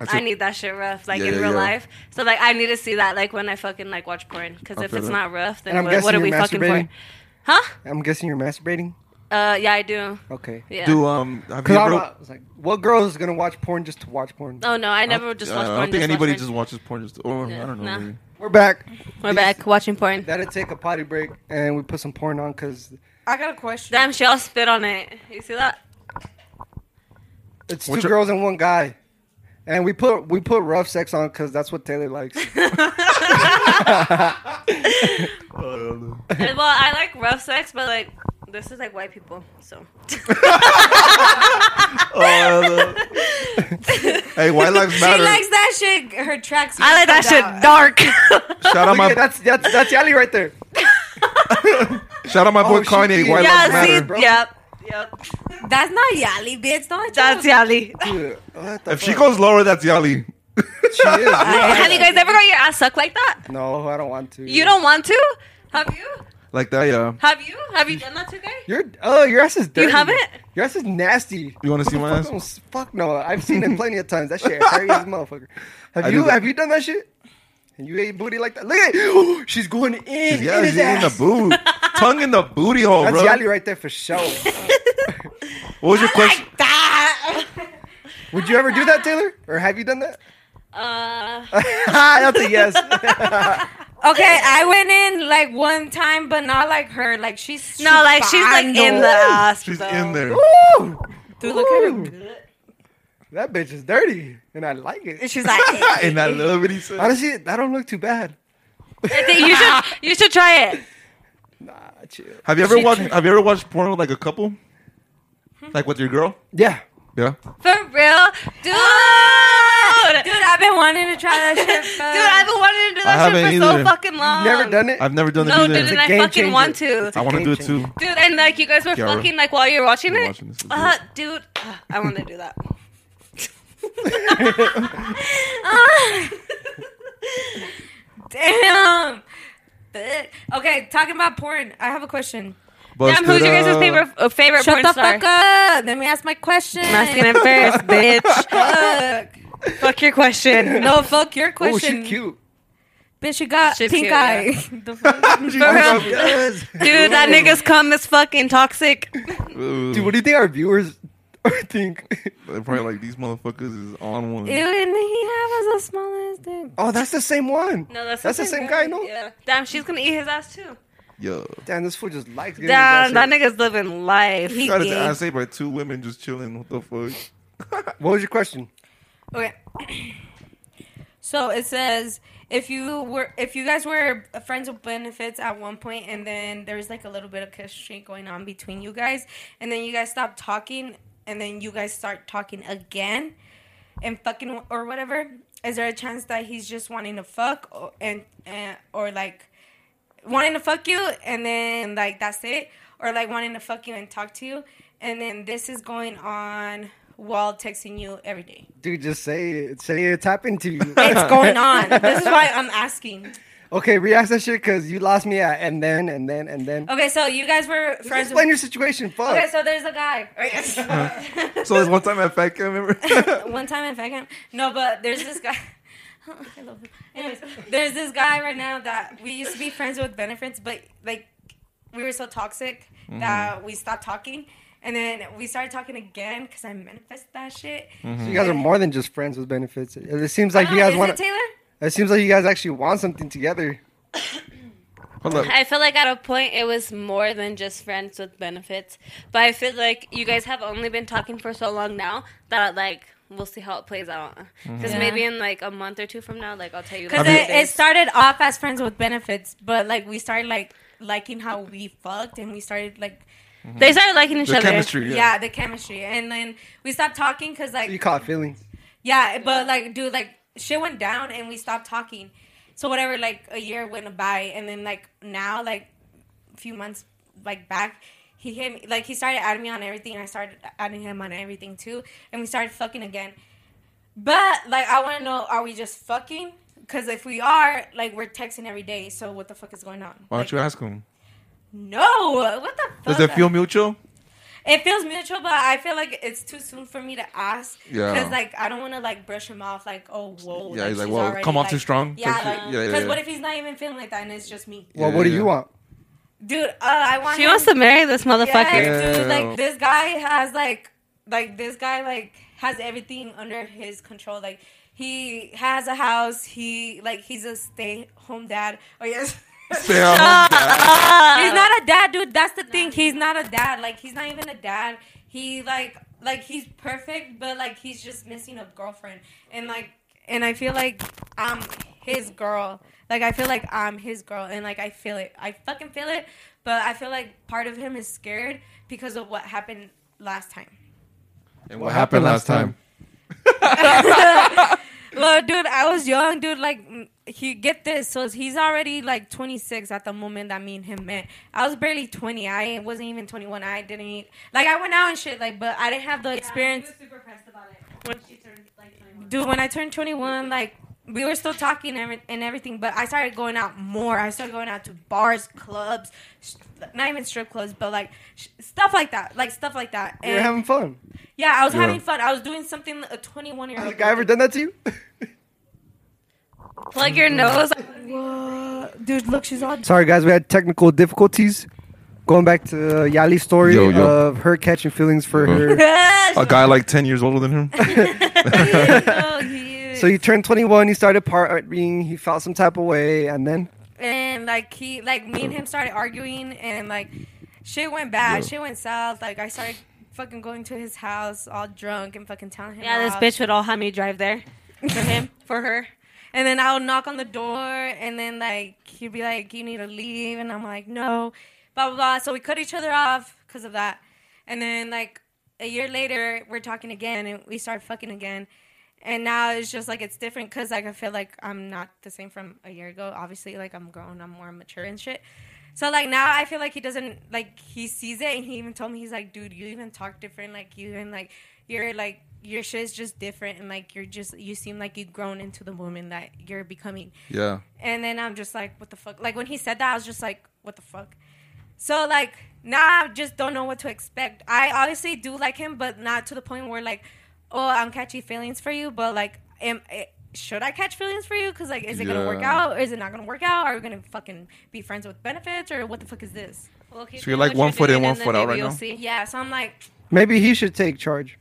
That's I it. need that shit rough, like Yeah, in yeah, real yeah. life. So like I need to see that like when I fucking like watch porn, cause I if feel it's that. not rough, And then I'm what, what are we guessing you're fucking masturbating? for? Huh? I'm guessing you're masturbating. Uh, yeah, I do. Okay. Yeah. Do um? Have Cause you I'm, ever? I was like, what girl is gonna watch porn just to watch porn? Oh no, I never just Uh, watch I porn. don't think just watch anybody porn. just watches porn. Just or Yeah, I don't know. nah. maybe. We're back. We're back watching porn. That'll take a potty break, and we put some porn on. Cause I got a question. Damn, she all spit on it. You see that? it's What's two your- girls and one guy, and we put we put rough sex on because that's what Taylor likes. I don't know. And, well, I like rough sex, but like this is like white people, so. hey, white lives she matter. likes that shit. Her tracks. I like that come shit down. dark. shout out Look my at- that's that's that's Yali right there. shout out my boy Oh, she- Kanye. White Yeah, lives yeah, see, matter. bro. yep, yep. That's not Yali, bitch. Don't That's Yali. Dude, what the If she fuck? goes lower, that's Yali. she is. yeah. Have you guys ever got your ass sucked like that? No, I don't want to. You don't want to? Have you? Like that, yeah. Have you? Have you done that to guy? Your oh, your ass is dirty. haven't? Your ass is nasty. You want to see Fuck, my ass? no, fuck no. I've seen it plenty of times. That shit hairy as a motherfucker. Have I do you that. have you done that shit? And you ate booty like that? Look at it. She's going in. Yeah, in she's his in the ass. boot, tongue in the booty hole, That's bro. Yali right there for sure. What was your question? Would you ever do that, Taylor? Or have you done that? Uh, That's a yes. Okay, I went in like one time, but not like her. Like she's no, like she's like in the ass. She's though. in there. Woo! Dude, look at her. Ooh. gut. That bitch is dirty, and I like And it. she's like, and I love what he said. Honestly, I don't look too bad. I think you should you should try it. Nah, chill. Have you ever watched? Have you ever watched porn with like a couple? Hmm? Like with your girl? Yeah. Yeah. For real? Dude! dude, I've been wanting to try that shit. Dude, I've been wanting to do I that shit for haven't either. so fucking long. Never done it? I've never done that No, either. dude, and Um, I game fucking changer. want to. I want to Game do it changer. too. Dude, and like you guys were Kiara. fucking like while you're watching We're it. watching this. uh, dude, uh, I want to do that. Damn. Ugh. Okay, talking about porn, I have a question. Damn, who's your guys' favorite uh, favorite Shut porn the star? fuck up. Let me ask my question. I'm asking it first, bitch. Fuck. fuck your question. No, fuck your Oh, question. she cute. Bitch, you got She's pink cute, eye. yeah. The fuck? She real. Yes. Dude, that nigga's cum is fucking toxic. Dude, what do you think our viewers think? They're probably like these motherfuckers is on one. Ew, and he has a small ass dick. Oh, that's the same one. No, that's, the same guy, no? Yeah. Damn, she's gonna eat his ass too. Yo, Damn, this fool just likes getting Damn, his that ass nigga's living life. He- got his gay. ass ate by two women just chilling. What the fuck? hit. What was your question? Okay. So it says if you were if you guys were friends with benefits at one point and then there was like a little bit of chemistry going on between you guys and then you guys stop talking and then you guys start talking again and fucking or whatever is there a chance that he's just wanting to fuck or, and, and or like wanting to fuck you and then like that's it or like wanting to fuck you and talk to you and then this is going on while texting you every day Dude, just say it. Say it's happened to you. it's going on. This is why I'm asking. okay, react that shit because you lost me at and then and then and then. Okay, so you guys were Just Oh, friends. explain With- your situation. Fuck. okay, so there's a guy. So there's one time at Fat Camp, remember? one time in Fagam. No, but there's this guy. I love him. Anyways, there's this guy right now that we used to be friends with benefits, but like we were so toxic that we stopped talking. And then we started talking again because I manifest that shit. So you guys are more than just friends with benefits. It seems like you Oh, guys is want. it Taylor? It seems like you guys actually want something together. Hold up. I feel like at a point it was more than just friends with benefits, but I feel like you guys have only been talking for so long now that like we'll see how it plays out. Because Yeah. maybe in like a month or two from now, like I'll tell you. Because like, it, it started off as friends with benefits, but like we started like liking how we fucked, and we started like they started liking each The other. chemistry. yeah, Yeah. the chemistry, and then we stopped talking because like You caught feelings. yeah, but like dude, like shit went down, and we stopped talking. So whatever, like a year went by, and then like now, like a few months like back. He hit me, like he started adding me on everything. and I started adding him on everything too, and we started fucking again. But like, I want to know: Are we just fucking? Because if we are, like, we're texting every day. So what the fuck is going on? Why Like, don't you ask him? No, what the fuck? Does it feel mutual? It feels mutual, but I feel like it's too soon for me to ask. Yeah. Because like I don't want to like brush him off. Like oh whoa. Yeah, he's like, she's "Whoa, already, come off like- too strong," Yeah, type shit. like Yeah, yeah, because yeah. what if he's not even feeling like that and it's just me, Well, Yeah, what do yeah. you want? dude? Uh, I want. She him- wants to marry this motherfucker. Yes, dude. Yeah. Like this guy has like like this guy like has everything under his control. Like he has a house. He like he's a stay home dad. Oh yes. Stay at Ah, home, dad. He's not a dad, dude. That's the thing. He's not a dad. Like he's not even a dad. He like like he's perfect, but like he's just missing a girlfriend. And like and I feel like I'm his girl. Like I feel like I'm his girl, and like I feel it. I fucking feel it. But I feel like part of him is scared because of what happened last time. And what happened last time? Well, dude, I was young, dude. Like, mm, he get this. So he's already like 26 at the moment that me and him met. I was barely 20. I wasn't even 21. I didn't eat. Like, I went out and shit, like, but I didn't have the experience. super pressed about it when she turned like 21. Dude, when I turned 21, like, we were still talking and every- and everything, but I started going out more. I started going out to bars, clubs, st- not even strip clubs, but like sh- stuff like that. Like, stuff like that. You're And having fun. yeah, I was Yeah. having fun. I was doing something a 21 year Has a old. guy ever done that to you? Plug your nose. Dude, look, she's on. Sorry, guys, we had technical difficulties. Going back to Yali's story Yo, Uh-huh. yo. of her catching feelings for Yo. her. A guy like 10 years older than him? so he So you turned 21, you started partying, he felt some type of way, and then and like he like me and him started arguing and like shit went bad shit went south like i started fucking going to his house all drunk and fucking telling him Yeah, this off. bitch would all have me drive there for him, for her. and then i would knock on the door and then like he'd be like you need to leave and i'm like no blah blah blah so we cut each other off because of that and then like a year later we're talking again and we start fucking again and now it's just like it's different because like i feel like i'm not the same from a year ago obviously like i'm grown i'm more mature and shit so like now i feel like he doesn't like he sees it and he even told me he's like dude you even talk different like you even like you're like your shit's just different and like you're just you seem like you've grown into the woman that you're becoming. Yeah. And then I'm just like, what the fuck? Like when he said that, I was just like, what the fuck? So like now I just don't know what to expect. I obviously do like him, but not to the point where like, oh, I'm catching feelings for you. But like, am eh, should I catch feelings for you? Because like, is it gonna work Yeah. out? Or is it not gonna work out? Are we gonna fucking be friends with benefits? Or what the fuck is this? Well, keep So doing you're like what one foot in, doing, one and then foot out maybe right you'll now? see. Yeah. So I'm like, Maybe he should take charge.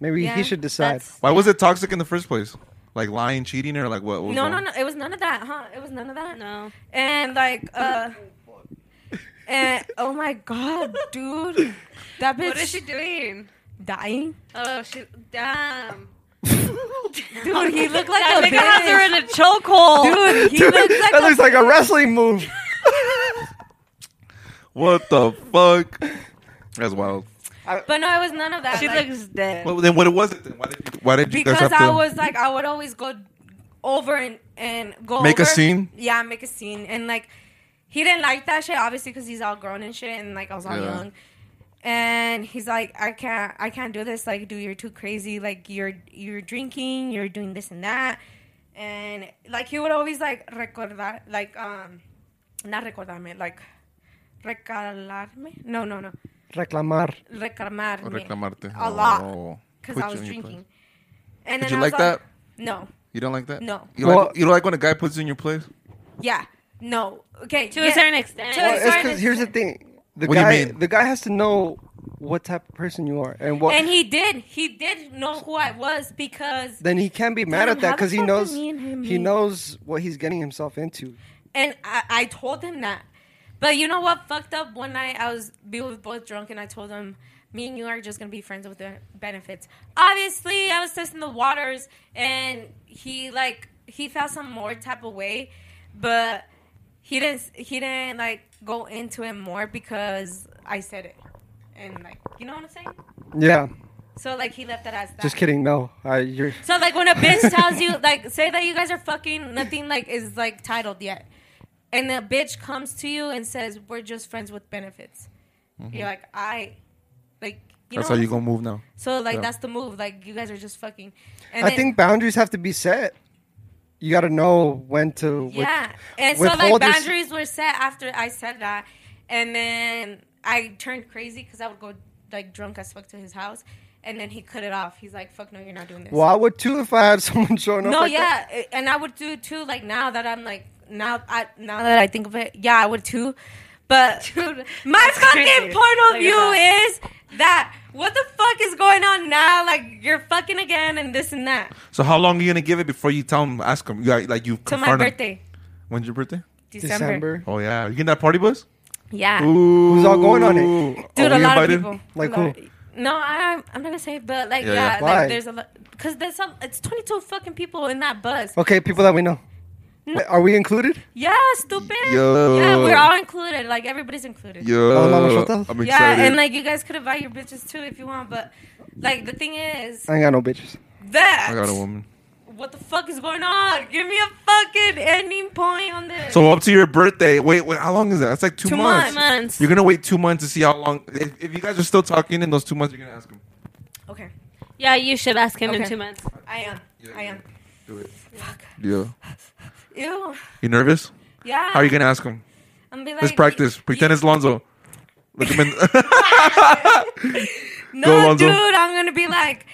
Maybe yeah, he should decide. that's- Why was it toxic in the first place? Like lying, cheating, or like what? what was No, wrong? no, no. It was none of that, huh? It was none of that. No. And like, uh, and oh my god, dude, that bitch What is she doing? dying. Oh, she damn. Dude, he looked like That a nigga has her bitch. in a chokehold. Dude, he Dude, looks like that a looks like a wrestling move. What the fuck? That's wild. But no, it was none of that. She like, looks dead. Well, then what it was it? Then? Why did you, why did you guys because have I to? was like, I would always go over and and go Make a over. scene? Yeah, make a scene, and like he didn't like that shit, obviously, because he's all grown and shit, and like I was all Yeah. young. And he's like, I can't, I can't do this. Like, dude, you're too crazy. Like, you're you're drinking, you're doing this and that, and like he would always like recordar, like um, not recordarme, like recalarme. No, no, no, Reclamar. reclamarme. Reclamarte. a lot Oh. because Put I you was in your drinking. place. And Did you I was like that? No. You don't like that? No. You like, Well- you don't like when a guy puts you in your place? Yeah. No. Okay. to yeah. a certain extent. To a Well, it's certain because here's the thing. The What do you guy, mean? the guy has to know what type of person you are and what. And he did. He did know who I was because. then he can't be mad Damn, at that how the because he fuck do knows me and him he meet? knows what he's getting himself into. And I, I told him that. But you know what? Fucked up. One night I was we were both drunk and I told him. Me and you are just gonna be friends with the benefits. Obviously, I was testing the waters, and he like he felt some more type of way, but he didn't he didn't like go into it more because I said it, and like you know what I'm saying. Yeah, So like he left it as that. just kidding. No, I, you're So like when a bitch tells you like say that you guys are fucking nothing like is like titled yet, and the bitch comes to you and says we're just friends with benefits, you're like I, like you That's know how you gonna move now. so like yeah. that's the move like you guys are just fucking. And I then- think boundaries have to be set. You got to know when to. with- yeah, and so like withhold your- boundaries were set after I said that, and then I turned crazy because I would go like drunk as fuck to his house, and then he cut it off. He's like, "Fuck no, you're not doing this." Well, I would too if I had someone showing up. No, like that. yeah, a- and I would do too. Like now that I'm like now, I now that I think of it, yeah, I would too. But Dude, my that's fucking crazy. point of Look at view that. is that what the fuck is going on now? Like you're fucking again and this and that. So how long are you gonna give it before you tell him? Ask him. You got- like you To my confront him. birthday, When's your birthday? December. December. Oh yeah, you getting that party bus? Yeah, Ooh, Who's all going on it? dude, Are a we lot invited? of people. Like A lot who? of- No, I, I'm not gonna say, but like Yeah, yeah, yeah. Why? like there's a lot because there's some. It's 22 fucking people in that bus. Okay, people that we know. No. Are we included? Yeah, stupid. Yo. Yeah, we're all included. Like everybody's included. Oh, Mama Yo, Shota? I'm excited. Yeah, and like you guys could invite your bitches too if you want, but like the thing is I ain't got no bitches. that I got a woman. what the fuck is going on? Give me a fucking ending point on this. So up to your birthday. Wait, wait. How long is that? That's like two, Two months. months. You're gonna wait two months to see how long. If, if you guys are still talking in those two months, you're gonna ask him. okay, Yeah, you should ask him in Okay. two months. I am. I am. Do it. Fuck. Yeah. Ew. You nervous? Yeah. How are you gonna ask him? I'm be like, Let's practice. y- Pretend it's Lonzo. Look him in. Go, No, Lonzo. dude, I'm gonna be like,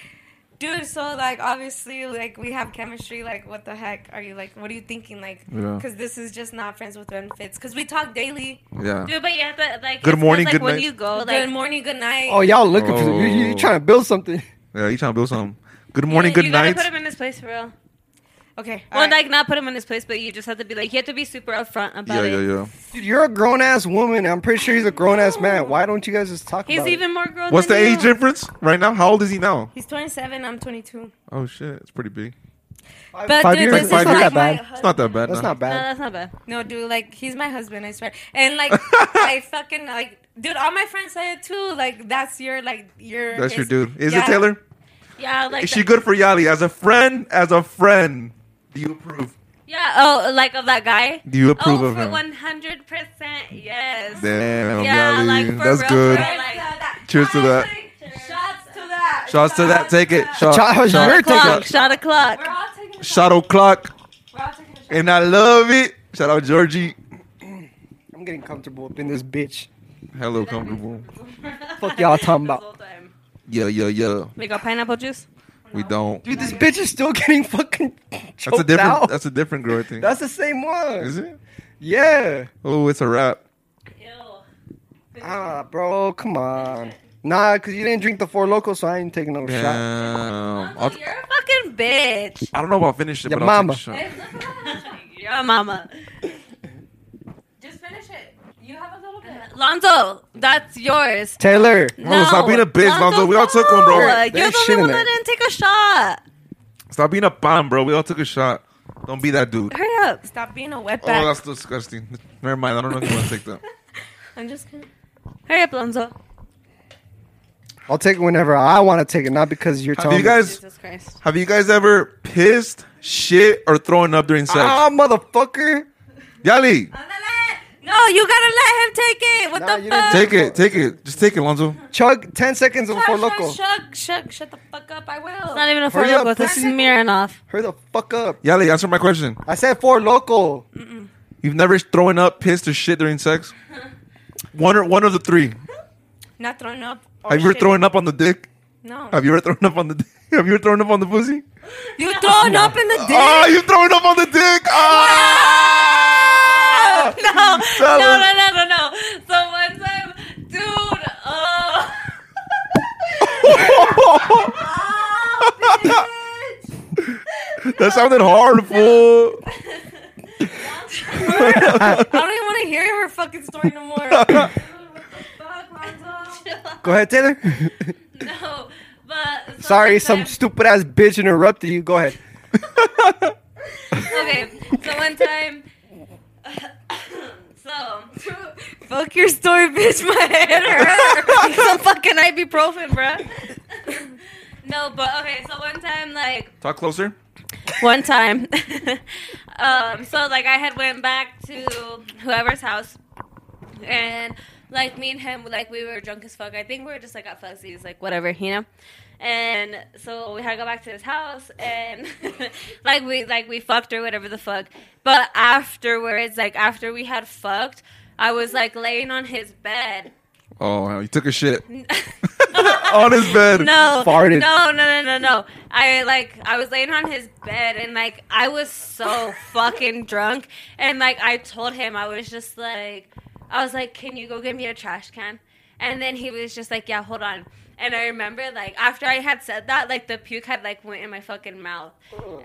dude. So like, obviously, like we have chemistry. Like, what the heck are you like? What are you thinking? Like, Yeah. because this is just not friends with benefits. Because we talk daily. yeah. Dude, but yeah, but like, Good it's 'cause, morning, Like good when night. you go, Oh, like good morning, good night. Oh, y'all looking for Oh. you, you, you trying to build something? Yeah. You trying to build something? Good morning. you, good you night. Gotta put him in his place for real. Okay. all Well, right. like not put him in his place, but you just have to be like you have to be super upfront about Yeah, it. yeah, yeah. Dude, you're a grown ass woman. I'm pretty sure he's a grown ass man. Why don't you guys just talk He's about even more grown. What's the than age you. difference right now? How old is he now? He's 27. I'm 22. Oh shit, it's pretty big. it? Five, But five dude, years. this is Five like years. Not my bad. It's not that bad. That's nah. not No, bad. that's not bad. No, dude, like he's my husband, I swear. And like I fucking like dude, all my friends say it too. Like that's your like your That's your it's- dude. Is yeah. it Taylor? Yeah, like Is she good for Yali? As a friend, as a friend, do you approve? yeah. Oh, like of that guy. Do you approve oh, of for him? one hundred percent, yes. Damn, Yeah, Yali, like, for that's real, good. for real. Cheers to that. Cheers to that. Honestly, Shots to that. Shots to that. Take it. Shot, Shot- shot, you're taking- Clock, shot o'clock. We're all taking a shot. shot o'clock. We're all taking a shot. And I love it. Shout out Georgie. I'm getting comfortable up in this bitch. Hello, comfortable. Fuck y'all talking about. This whole time. Yeah, yeah, yeah. We got pineapple juice. We don't. Dude, this bitch is still getting fucking. That's a different. Out. That's, That's a different girl. I think. the same one. Is it? Yeah. Oh, it's a wrap. Ew. Ah, bro, come on. Nah, cause you didn't drink the four locals, so I ain't taking no shot. Damn. I'll, Uncle, you're a fucking bitch. I don't know if I'll finish it, Your but I'll mama. take a shot. There's nothing wrong with You're a mama. it. Just finish it. You have a little bit. Lonzo, that's yours. Taylor, No, stop being a bitch, Lonzo. We all took one, bro. no. There's You're the shit only one in that there. didn't take a shot. Stop being a bomb, bro. We all took a shot. Don't be that dude. Hurry up. Stop being a wetback. Oh, that's disgusting. Never mind. I don't know if you want to take that. I'm just gonna. Hurry up, Lonzo. I'll take it whenever I want to take it, not because you're Have telling you guys Jesus Christ. have you guys ever pissed, shit, or thrown up during me. sex? Ah, motherfucker. Yali, No, you gotta let him take it. What Nah, the you fuck? didn't take it, take it, just take it, Lonzo. Chug ten seconds of a four Shug, local. shug, shug, shug, shut the fuck up. I It's will. not even a four Hurry up, local. This is pussy. mirroring off. Hurry the fuck up. Yali, answer my question. I said four local. You've never thrown up, pissed, or shit during sex? One or one of the three. Not throwing up. Or Have you ever shit. thrown up on the dick? No. Have you ever thrown up on the dick? Have you ever thrown up on the pussy? You throwing up in the dick? Oh, you throwing up on the dick! Ah! no, no, That no, was- no, no, no. So one time, dude, oh. That sounded hard, fool. I don't even want to hear her fucking story no more. Fuck, Lonzo. Go ahead, Taylor. no, but so Sorry, one some time- stupid ass bitch interrupted you. Go ahead. okay. So one time, so Fuck your story, bitch. My head hurts. some fucking ibuprofen, bruh. no, but okay. So one time, like Talk closer. one time um so like i had went back to whoever's house and like me and him like we were drunk as fuck i think we were just like at fuzzies like whatever you know and so we had to go back to his house and like we like we fucked or whatever the fuck but afterwards like after we had fucked i was like laying on his bed Oh, you took a shit on his bed. no, farted. No, no, no, no, no. I like I was laying on his bed and like I was so fucking drunk and like I told him I was just like I was like, "Can you go get me a trash can?" And then he was just like, "Yeah, hold on." And I remember like after I had said that, like the puke had like went in my fucking mouth.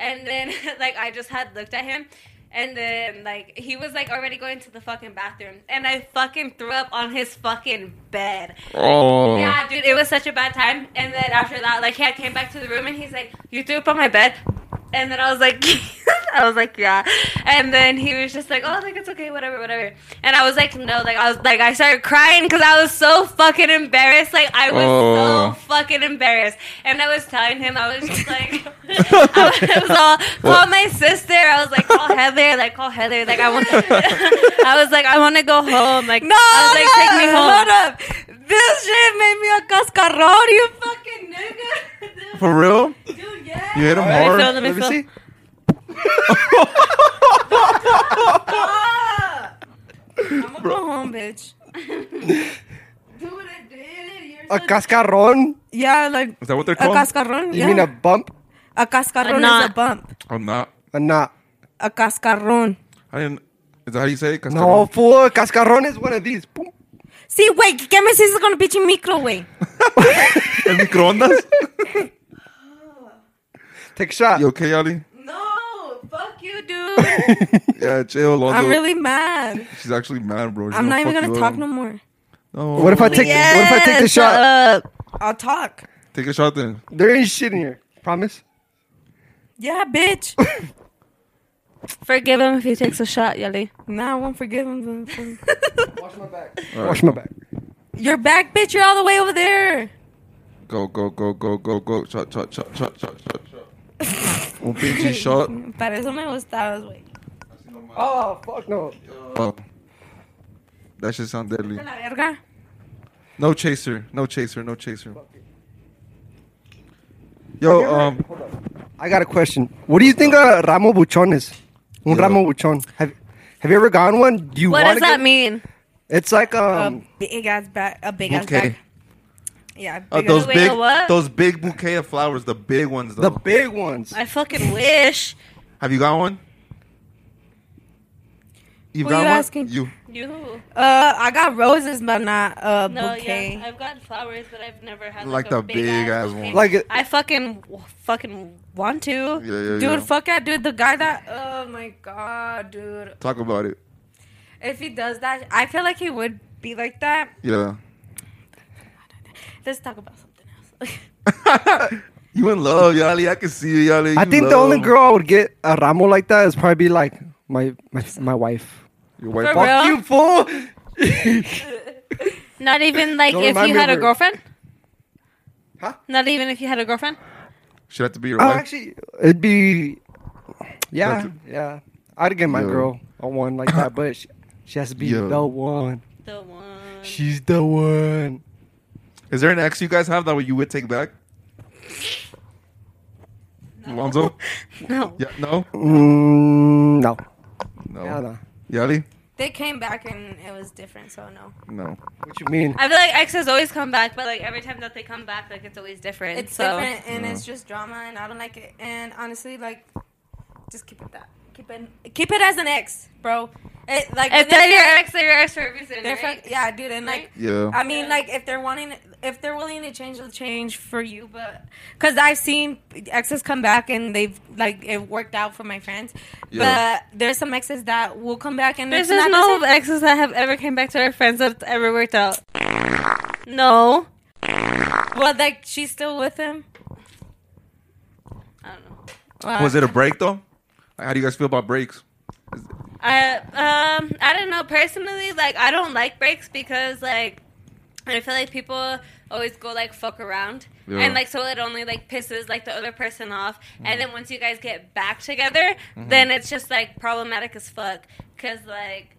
And then like I just had looked at him and then like he was like already going to the fucking bathroom and I fucking threw up on his fucking bed. Oh, Yeah, dude, it was such a bad time. And then after that, like, he had came back to the room and he's like, "You threw up on my bed." And then I was like, I was like, yeah. And then he was just like, oh, like it's okay, whatever, whatever. And I was like, no, like I was like, I started crying because I was so fucking embarrassed. Like I was Oh. so fucking embarrassed. And I was telling him, I was just like, I was all call my sister. I was like, call Heather, like call Heather. Like I want, I was like, I want to go home. Like No, I was like, no, take me home. Hold up. This shit made me a cascarrón, you fucking nigga. for real? Dude, yeah. You hit him Let me feel, hard. let me feel. see. I'm gonna go home, bitch. Do what I did. You're A cascarron? Yeah, like Is that what they're a called? cascarrón. You yeah. mean a bump? a cascarrón is A a knot. bump. I'm not. A not? A cascarrón. I didn't. Is that how you say it? No, fool. A cascarron is one of these. Boom. See, wait, ¿qué me dices con pinche microwave? El microondas. Take a shot. You okay, Ali? No, fuck you, dude. Yeah, chill, Lonzo. I'm really mad. She's actually mad, bro. She's I'm not even fuck gonna you talk up. no more. No. What if I take? What if I take the Yes, uh, shot? shut up. I'll talk. take a shot then? There ain't shit in here. Promise. Yeah, bitch. Forgive him if he takes a shot, Yali. nah, I won't forgive him. for- for- Wash my back. All right. Wash my back. You're back, bitch. You're all the way over there. Go, go, go, go, go, go. Shot, shot, shot, shot, shot, shot, shot. Un pinche shot. Para eso me gustabas, güey. Oh fuck no. Oh. That shit sound deadly. La verga. No chaser. No chaser. No chaser. Yo, um, I got a question. What do you think a ramo buchon is? Un Yo. ramo buchon. Have Have you ever gone one? Do you What wanna does that get- mean? It's like um. a big ass bag. A big ass okay. bag. Yeah. Uh, big those ass- Wait, big, a what? those big bouquet of flowers, the big ones. Though. the big ones. I fucking wish. Have you got one? You've Who you asking? You. You. Uh, I got roses, but not a bouquet. I've gotten flowers, but I've never had Like like, a the big-ass big-ass one. bouquet. Like it- I fucking fucking want to. Yeah, yeah, dude, yeah. fuck that, dude. The guy that. Oh my god, dude. Talk about it. If he does that, I feel like he would be like that. Yeah. Let's talk about something else. you in love, Yali. I can see you, Yali. I You think the love. only girl I would get a ramo like that is probably like my my my wife. Your wife. For Fuck real? you, fool. Not even like Don't if remind you me had of a her. girlfriend. Huh? Not even if you had a girlfriend. Should have to be your Oh, wife. actually, it'd be yeah, That's- yeah. I'd get my Yeah. girl a one like that, but she, she has to be Yeah. the one. The one. She's the one. Is there an ex you guys have that you would take back? Lonzo? No. Yeah, no? Mm, no, No. no, no. Yali? they came back and it was different, so no. No. What you mean? I feel like exes always come back, but like every time that they come back, like it's always different. It's so. different and No. it's just drama, and I don't like it. And honestly, like, just keep it that. Keep it. Keep it as an ex, bro. It like If they're, they're your ex, they're your ex for a reason, they're right? fuck- yeah, dude, and like. Yeah. I mean, like if they're wanting, if they're willing to change, they'll change for you. But because I've seen exes come back and they've like it worked out for my friends. Yeah. But there's some exes that will come back and it's There's not the no same. exes that have ever came back to their friends that ever worked out. No. Well, like she's still with him. I don't know. Well, Was it a break, though? Like, how do you guys feel about breaks? I um I don't know personally like I don't like breaks because like I feel like people always go like fuck around Yeah. and like so it only like pisses like the other person off Mm-hmm. and then once you guys get back together then it's just like problematic as fuck cuz like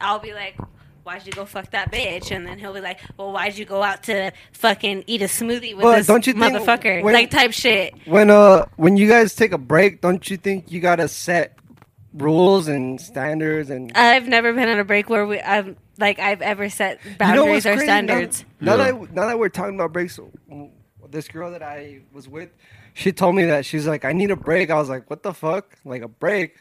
I'll be like why'd you go fuck that bitch and then he'll be like well why'd you go out to fucking eat a smoothie with But this don't you think motherfucker when- like type shit When uh, when you guys take a break, don't you think you gotta set rules and standards and I've never been on a break where we I've like I've ever set You know boundaries what's or crazy? standards Now, now Yeah. that now that we're talking about breaks, w- this girl that I was with, she told me that she's like, I need a break. I was like, what the fuck, like a break?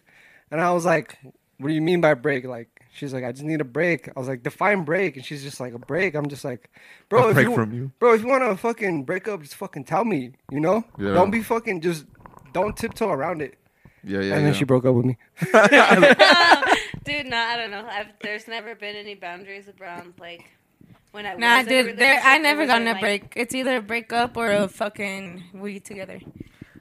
And I was like, what do you mean by break? Like, she's like, I just need a break. I was like, define break. And she's just like, a break. I'm just like, bro, A if break you, from you. bro, if you want to fucking break up, just fucking tell me. You know, Yeah. don't be fucking just don't tiptoe around it. Yeah, yeah. and then she broke up with me. Dude, no, I don't know. I've, there's never been any boundaries around like when I Nah, was in a dude, there, I relationship, never it got on wasn't, a like- break. It's either a breakup or a fucking we together.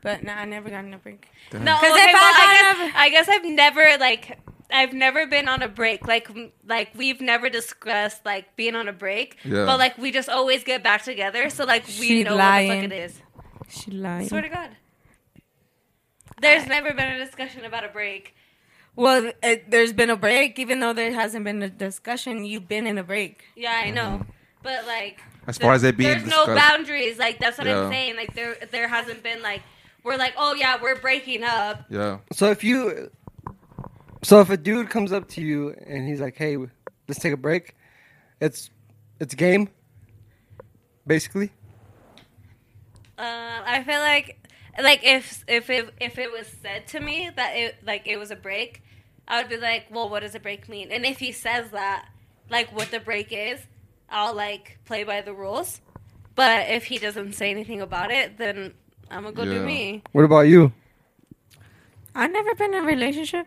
But nah, I never got on a break. No, 'Cause okay, if I well, I, got guess, on I guess I've never like I've never been on a break. Like m- like we've never discussed like being on a break. Yeah. But like we just always get back together. So like we She know what lying. the fuck it is. She lied. Swear to God. There's never been a discussion about a break. Well, it, there's been a break, even though there hasn't been a discussion. You've been in a break. Yeah, I know. But like As far as it being there's no discussed. boundaries. Like that's what Yeah. I'm saying. Like there there hasn't been like we're like, oh yeah, we're breaking up. yeah. So if you, so if a dude comes up to you and he's like, "Hey, let's take a break," it's it's game. Basically, Um, I feel like like if if it if it was said to me that it like it was a break, I would be like, well, what does a break mean? And if he says that, like what the break is, I'll like play by the rules. But if he doesn't say anything about it, then I'm gonna go Yeah. do me. what about you? I've never been in a relationship.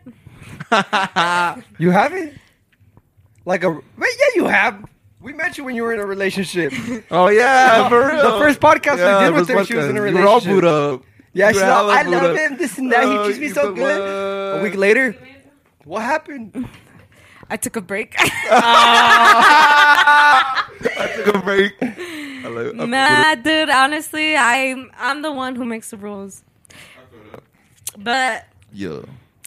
You haven't like a wait, yeah, you have. We met you when you were in a relationship. oh, yeah, for real. The first podcast we did with first her, she was podcast. in a You were all relationship. booed up. Yeah, You she's were all, hella I booed love up. him. This and that. Oh, he treats me you so the good. one. A week later, what happened? I took a break. Um, I took a break. I love, I nah, dude. Honestly, I'm I'm the one who makes the rules. But Yeah.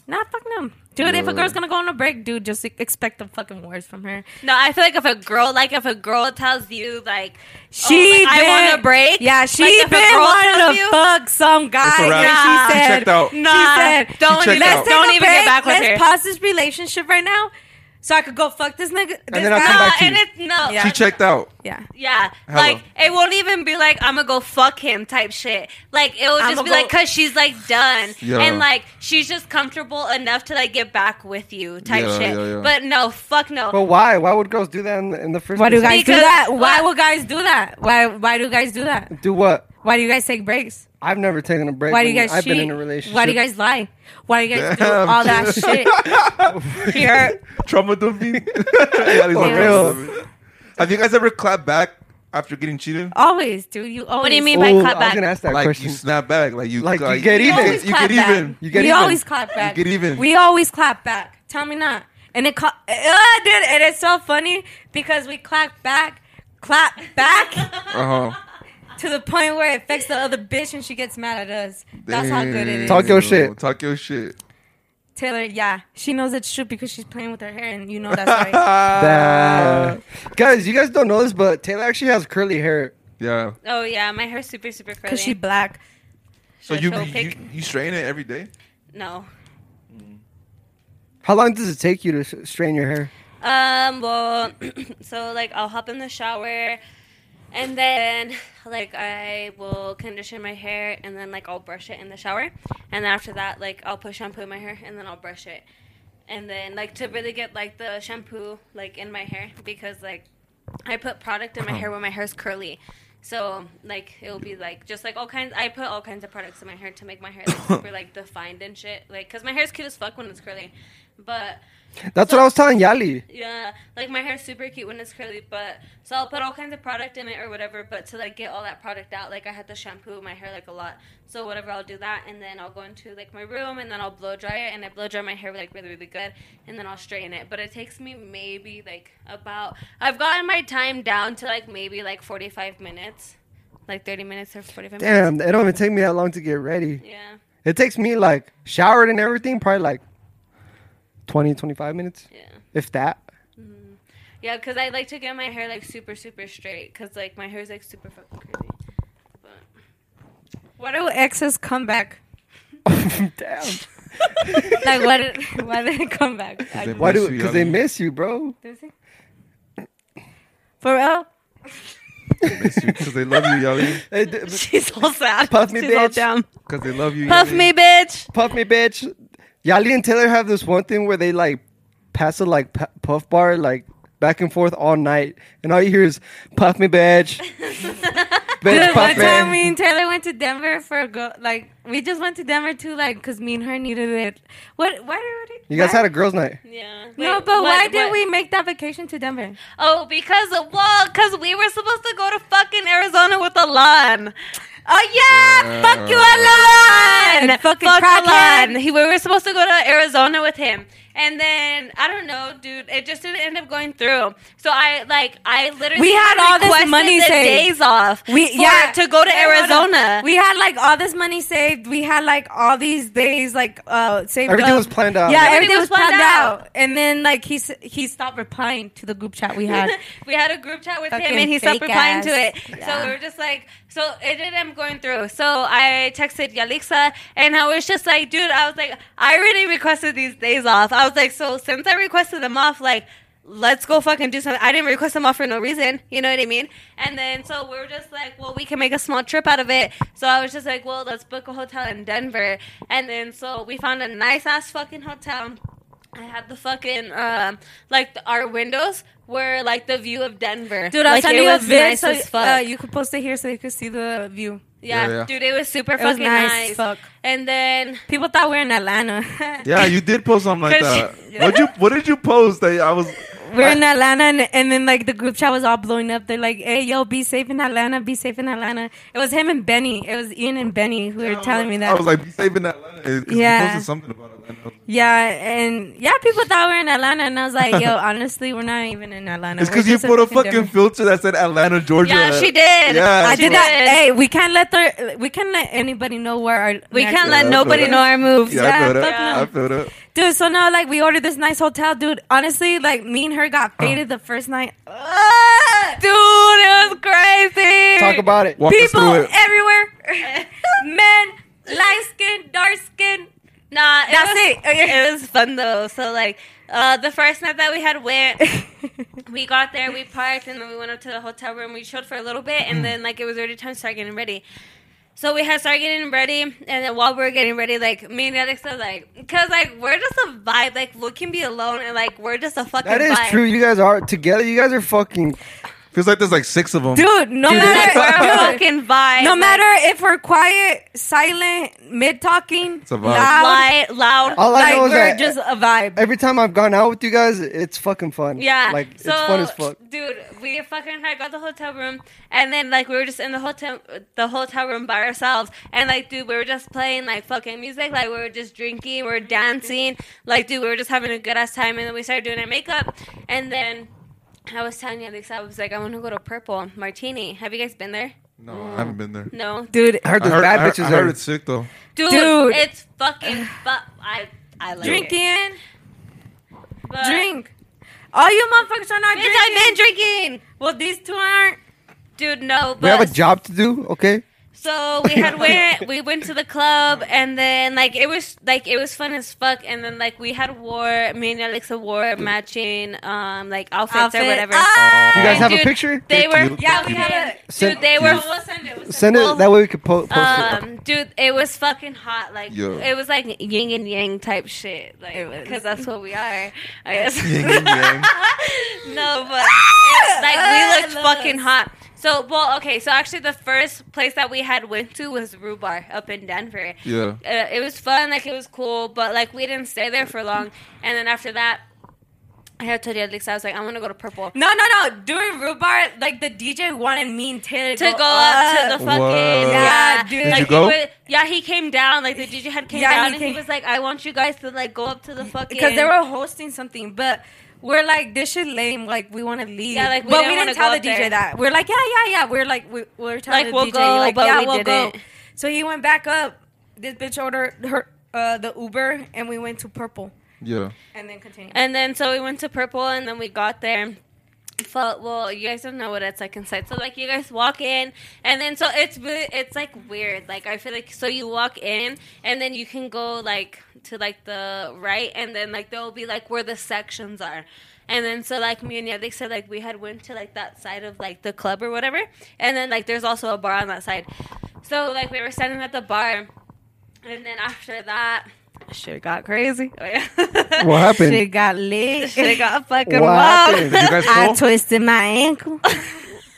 Nah, fuck no. Dude, if a girl's gonna go on a break, dude, just e, expect the fucking worst from her. No, I feel like if a girl, like if a girl tells you, like She Oh, like, I been- want a break? Yeah, she Like, if a been girl wanted tells to you? fuck some guy. and a wrap. Nah. she She said, checked out. She nah, said, don't checked even, out. let's Don't don't even get back with let's her. pause this relationship right now, so I could go fuck this nigga. This then I'll guy. come no, back to and you. it's no. Yeah. She checked out. Yeah. Yeah, Hello. like it won't even be like I'm gonna go fuck him type shit. Like it will just I'ma be like go- because she's like done Yeah. and like she's just comfortable enough to like get back with you type Yeah, shit. yeah, yeah. But no, fuck no. But why? Why would girls do that in the, in the first Why do place? guys do Because- that? Why would guys do that? Why Why do guys do that? do what? Why do you guys take breaks? I've never taken a break. Why do you when guys I've cheat? been in a relationship. Why do you guys lie? Why do you guys Damn, do all that shit? Here. Trauma dumpy. For real. Have you guys ever clapped back after getting cheated? Always, dude. You always. What do you mean Ooh, by I was cutback? gonna ask that Like question. you snap back, like you Like, you get even. You get, you Clap get back. even. You get we even. always clap back. get even. We always clap back. Tell me not. And it, ca- uh, dude, it is so funny because we clap back, clap back Uh-huh. Uh huh. to the point where it affects the other bitch and she gets mad at us. That's how good it is. Talk your shit. Talk your shit. Taylor, yeah, she knows it's true because she's playing with her hair, and you know that's right. That- guys, you guys don't know this, but Taylor actually has curly hair. Yeah. Oh yeah, my hair's super super curly. Because she's black. So Should I you show a you, pic? you strain it every day? no. How long does it take you to s- strain your hair? Um. Well, so like I'll hop in the shower, and then like I will condition my hair, and then like I'll brush it in the shower, and then after that like I'll put shampoo in my hair, and then I'll brush it, and then like to really get like the shampoo like in my hair because like I put product in my hair when my hair's curly. So like it'll be like just like all kinds. I put all kinds of products in my hair to make my hair like, super like defined and shit. Like because my hair's cute as fuck when it's curly, but That's what I was telling Yali. yeah, like my hair's super cute when it's curly, but so I'll put all kinds of product in it or whatever. But to like get all that product out, like I had to shampoo my hair like a lot. So whatever, I'll do that, and then I'll go into like my room, and then I'll blow dry it, and I blow dry my hair like really really good, and then I'll straighten it. But it takes me maybe like about I've gotten my time down to like maybe like forty five minutes, like thirty minutes or forty five. minutes. Damn, it don't even take me that long to get ready. Yeah, It takes me like showered and everything, probably like 20, 25 minutes, yeah. if that. Yeah, because I like to get my hair like super, super straight. Because like my hair's like super fucking curly. But Why do exes come back? Damn. Like, why did, why did it come back? they- Why do? Miss you, Because they Yali. miss you, bro. For real? Because they love you, Yali. Hey, d- she's all sad. Puff me, She's all bitch. down. Because they love you. Puff Yali. me, bitch. Puff me, bitch. Yali and Taylor have this one thing where they like pass a like pu- puff bar like back and forth all night, and all you hear is puff me, bitch. bitch, Dude, one puff time me. me and Taylor went to Denver for a go. Like, we just went to Denver too, like, because me and her needed it. What? Why did You guys had a girls' night. Yeah. No, Wait, but what- why did what- we make that vacation to Denver? Oh, because well, because we were supposed to go to fucking Arizona with Alon. Oh yeah, Yeah. fuck you, Alon. And fucking fuck crackhead. Alon. He, we were supposed to go to Arizona with him, and then I don't know, dude. It just didn't end up going through. So I like I literally We had all this requested money the saved. days off. We for- yeah to go to Wait, hold on. Arizona. We had like all this money saved. We had like all these days like uh saved. Everything up. was planned out. Yeah, Everything everything was was planned, planned out. out. And then like he s- he stopped replying to the group chat we had. we had a group chat with him Fucking and he stopped fake replying ass. to it. Yeah. So we were just like, so it ended up going through. So I texted Yalixa and I was just like, dude, I was like, I already requested these days off. I was like, so since I requested them off, like, let's go fucking do something. I didn't request them off for no reason. You know what I mean? And then so we were just like, well, we can make a small trip out of it. So I was just like, well, let's book a hotel in Denver. And then so we found a nice ass fucking hotel. I had the fucking um like the, our windows were like the view of Denver. Dude, I'll like, send it you a was vid nice so as fuck. Uh, you could post it here so you could see the view. yeah, Yeah, yeah. dude, it was super was fucking nice nice. as fuck. And then People thought we were in Atlanta. Yeah, you did post something like Cause that. What you? What did you post? That I was. we're in Atlanta, and, and then like the group chat was all blowing up. They're like, "Hey, yo, be safe in Atlanta. Be safe in Atlanta." It was him and Benny. It was Ian and Benny who were telling me that. I was like, be safe in Atlanta. 'cause we Yeah. posted something about Atlanta. yeah, and yeah, people thought we are in Atlanta, and I was like, "Yo, honestly, we're not even in Atlanta." It's We're because you just in put a fucking Denver." filter that said Atlanta, Georgia. Yeah, she did. Yeah, I She did that. did. Hey, we can't let the we can't let anybody know where our We next- can't Yeah, let I feel nobody that. know our moves. Yeah, I Yeah, feel that. fuck no. I feel that. dude. So now, like, we ordered this nice hotel, dude. Honestly, like, me and her got Uh-huh. faded the first night. Ah, dude, it was crazy. Talk about it. Walk us people through it. everywhere, men, light skin, dark skin. Nah, it That's was, it. It was fun though. So like, uh, the first night that we had went, we got there, we parked, and then we went up to the hotel room. We chilled for a little bit, and then like it was already time to start getting ready. So we had started getting ready, and then while we were getting ready, like me and Alexa, like, cause like we're just a vibe. Like we can be alone, and like we're just a fucking. That is vibe. true. You guys are together. You guys are fucking. Feels like there's like six of them. Dude, no Like, we're a matter, dude, fucking vibe. no like, matter if we're quiet, silent, mid talking, a vibe. loud, Loud, loud. All I like know is we're that just a vibe. every time I've gone out with you guys, it's fucking fun. Yeah. like so, it's fun as fuck. Dude, we fucking had got the hotel room and then like we were just in the hotel the hotel room by ourselves and like dude, we were just playing like fucking music, like we were just drinking, we were dancing, like dude, we were just having a good ass time and then we started doing our makeup and then I was telling you this, I was like, I want to go to Purple Martini. Have you guys been there? No, I haven't been there. No, Dude, I heard I there's heard, bad I heard, bitches I there. heard it's sick though. dude, Dude. it's fucking. Fu- I I like it. drinking, But- drink. All you motherfuckers are not Bitch, drinking. I've been drinking. Well, these two aren't. Dude, no. But We have a job to do. Okay, So we had went we went to the club and then like it was like it was fun as fuck and then like we had wore me and Alexa wore matching um like outfits Outfit. or whatever. Ah! you guys have a Dude, picture. They Thank were you. Yeah, we yeah, have it. dude. They were We'll send it. We'll Send it that way we could po- post it. um dude. It was fucking hot. Like Yeah. it was like yin and yang type shit. Like because that's what we are. I guess. Yin and yang. no, but Ah! it's like we looked Ah, I love fucking us. hot. So well, okay. So actually, the first place that we had went to was Rue Bar up in Denver. Yeah. uh, it was fun, like it was cool, but like we didn't stay there for long. And then after that, I had told you, Alexa, I was like, I want to go to Purple No, no, no. During Rhubarb, like the DJ wanted me and Taylor to go up to the fucking Whoa. Yeah, yeah, dude. Like, Did you he go? was- yeah, he came down. Like the DJ had came Yeah, he down, and came- he was like, I want you guys to like go up to the fucking because they were hosting something, but. We're like this shit lame. Like we want to leave. Yeah, like, we but didn't we wanna didn't tell go the up DJ there. that. We're like, yeah, yeah, yeah. We're like, we, we're telling Like, the we'll DJ, go, like, but yeah, we we'll go. didn't. So he went back up. This bitch ordered her uh, the Uber, and we went to Purple, Yeah. and then continued. And then so we went to Purple, and then we got there. Felt, well, you guys don't know what it's like inside. So like you guys walk in, and then so it's really, it's like weird. Like I feel like so you walk in, and then you can go like to like the right, and then like there will be like where the sections are. And then so like me and yeah, they said like we had went to like that side of like the club or whatever, and then like there's also a bar on that side. So like we were standing at the bar, and then after that, shit got crazy. What happened? Shit got lit. Shit got fucking What wild. happened? Did you guys I pull? twisted my ankle.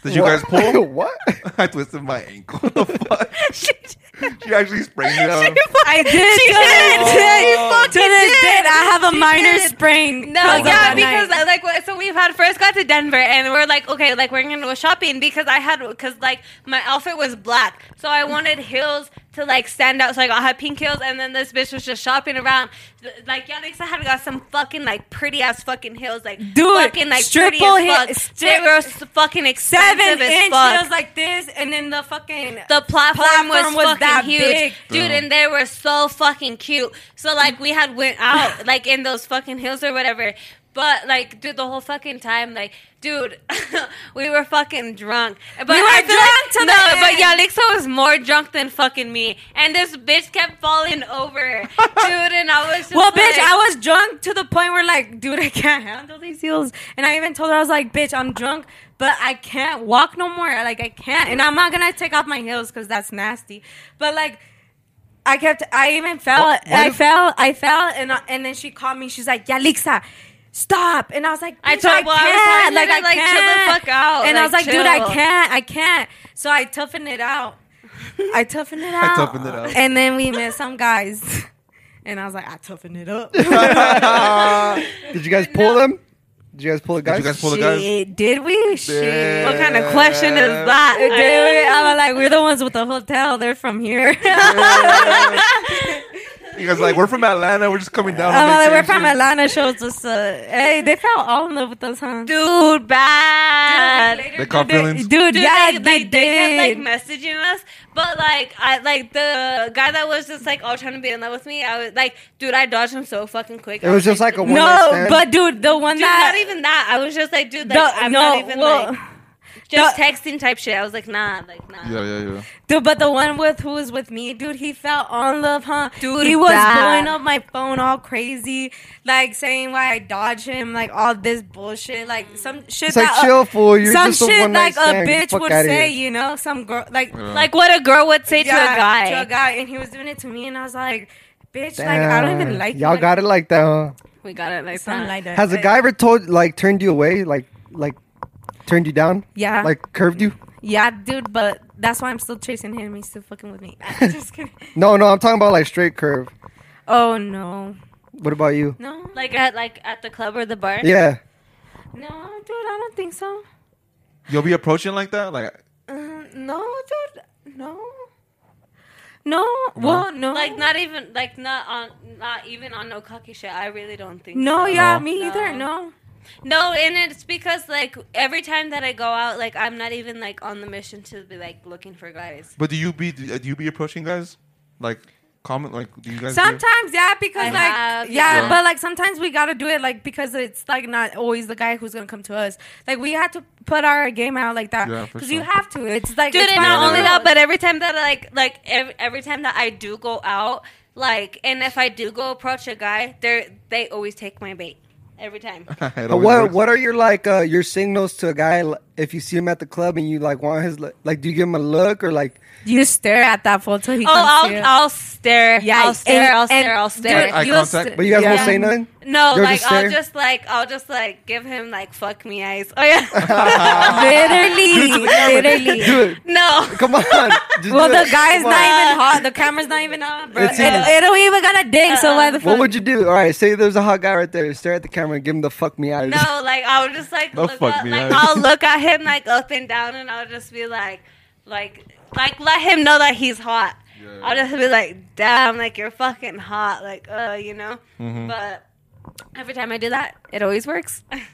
Did you guys pull? what? I twisted my ankle. What the fuck? She actually sprained it out. I did. She did. She To this day, I have a minor did. sprain. No, because of yeah, that because night. uh, like wh- so we've had first got to Denver and we're like okay, like we're gonna go shopping because I had because like my outfit was black, so I wanted heels to like stand out. So I got hot pink heels, and then this bitch was just shopping around. Th- Like Yalexa had got some fucking like pretty ass fucking heels, like Dude, fucking like stripple pretty as heel- fuck. stri- they were s- fucking expensive seven as inch fuck. heels like this, and then the fucking the platform, Platform was, was fucking that huge, big. dude, and they were so fucking cute. So like we had went out like in those fucking hills or whatever. But like, dude, the whole fucking time, like, dude, we were fucking drunk. But were I feel drunk to no, the but end. Yalixa was more drunk than fucking me, and this bitch kept falling over, dude. And I was just well, like, bitch, I was drunk to the point where, like, dude, I can't handle these heels. And I even told her, I was like, bitch, I'm drunk, but I can't walk no more. Like, I can't. And I'm not going to take off my heels because that's nasty. But, like, I kept, I even fell, Why- why I do- fell, I fell. And, I- and then she called me. She's like, Yalixa. Stop! And I was like, I "Bitch, told- well, I was can't. telling her, like, chill the can't." fuck out, And I was like, like, dude, I chill." can't, I can't. So I toughened it out. I toughened it out. toughened it out. And then we met some guys. And I was like, I toughened it up. Did you guys pull them? Did you guys pull the guys? you guys pull the guys? Shit, did we? Shit. What kind of question is that? Did we? I was like, we're the ones with the hotel. They're from here. You guys like we're from Atlanta. We're just coming down. I'm to like, make we're from changes." Atlanta. Shows us. Uh, hey, they fell all in love with us, huh? Dude, bad. They caught feelings. Dude, Dude, yeah, they, they, like, did. they kept like messaging us, but like I like the guy that was just like all trying to be in love with me. I was like, dude, I dodged him so fucking quick. It was just like a one night no, stand. but dude, the one dude, that not even that. I was just like, dude, the, like I'm no, not even well, like just the- texting type shit. I was like, nah, like nah. Yeah, yeah, yeah. dude, but the one with who was with me, dude, he fell on love, huh? Dude, he was bad. blowing up my phone all crazy, like saying why I dodged him, like all this bullshit, like some shit It's like that chill, fool. You're some just a shit one like night a stand. bitch Fuck would outta say, here. you know, some girl like Yeah. Like what a girl would say to yeah, a guy. to a guy, and he was doing it to me, and I was like, bitch, like I don't even Damn. like you, Y'all like, got it like that. Huh? We got it like something that. like that. Has a But- guy ever told like turned you away? Like like turned you down? Yeah. Like curved you? Yeah, dude, but that's why I'm still chasing him. He's still fucking with me. I'm just kidding. No, no. I'm talking about like straight curve. Oh no, What about you? no, like at like at the club or the bar. Yeah. no, dude, I don't think so. You'll be approaching like that, like Uh, no, dude, no, no. Well, no, Like not even like not on not even on no cocky shit. I really don't think. no, so. yeah, No. me either. No. No, No, and it's because like every time that I go out, like I'm not even like on the mission to be like looking for guys. But do you be do you be approaching guys? Like comment like do you guys do- sometimes, yeah, because I like, have, yeah, yeah. but like sometimes we gotta do it, like because it's like not always the guy who's gonna come to us. Like we have to put our game out like that Yeah, for because you sure. have to. It's like Dude, it's and one of not the only rules. that, but every time that I like like every, every time that I do go out, like and if I do go approach a guy, they they always take my bait every time. It always But what works. what are your like uh, your signals to a guy l- if you see him at the club and you like want his li- like do you give him a look or like you stare at that fool till he oh, comes to I'll you. I'll stare. Yeah, Yeah, I'll stare. and- I'll stare. and I'll stare. Eye you'll contact. st- but you guys yeah. won't say nothing? No, You'll like just I'll stare? just like I'll just like give him like fuck me eyes. Oh yeah, literally, literally. Dude, no. come on. Just Well, do the it. guy's Come not on. even hot. The camera's not even on, bro. It, It's either- it don't even got a dick, so why the fuck? What would you do? All right, say there's a hot guy right there. Stare at the camera and give him the fuck me eyes. No, like I'll just like Don't look fuck up, me like up. I'll look at him like up and down, and I'll just be like, like, like let him know that he's hot. Yeah. I'll just be like, damn, like you're fucking hot, like uh, you know. Mm-hmm. But every time I do that, it always works.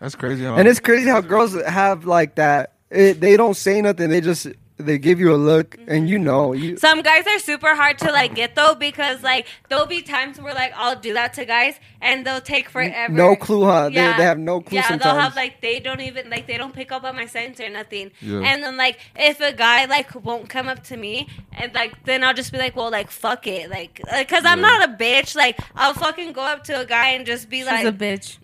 That's crazy. Huh? And it's crazy how girls have like that. It, they don't say nothing. They just they give you a look and Mm-hmm. you know you. Some guys are super hard to like get though because like there'll be times where like I'll do that to guys and they'll take forever. No clue, huh? Uh, They- they have no clue Yeah, they'll sometimes. have like they don't even like they don't pick up on my sense or nothing. Yeah. And then like if a guy like won't come up to me and like then I'll just be like, well, like fuck it, like because I'm Yeah. not a bitch. Like I'll fucking go up to a guy and just be She's a like, bitch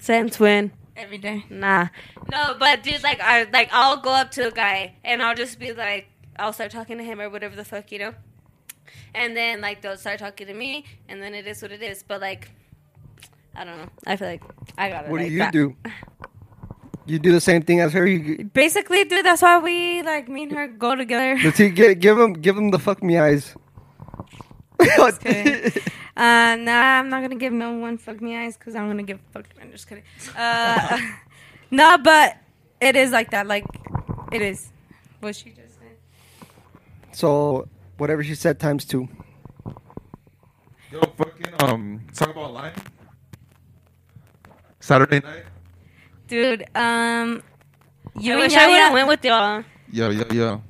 sense win. every day. Nah. No, but dude, like I like I'll go up to a guy and I'll just be like I'll start talking to him or whatever the fuck, you know? And then like they'll start talking to me and then it is what it is. But like I don't know. I feel like I gotta What do like, you that- do? You do the same thing as her. You Basically, dude, that's why we like me and her go together. let's see, gi- give him give him the fuck me eyes. kidding. Uh, nah, I'm not gonna give no one fuck me eyes because I'm gonna give fuck. I'm just kidding. Uh, nah, but it is like that. Like it is. What she just said. so whatever she said times two. Yo, fucking um, talk about lying. Saturday night. Dude, um, you I and wish I would Yaya- have went with y'all. Yo, yo, yo.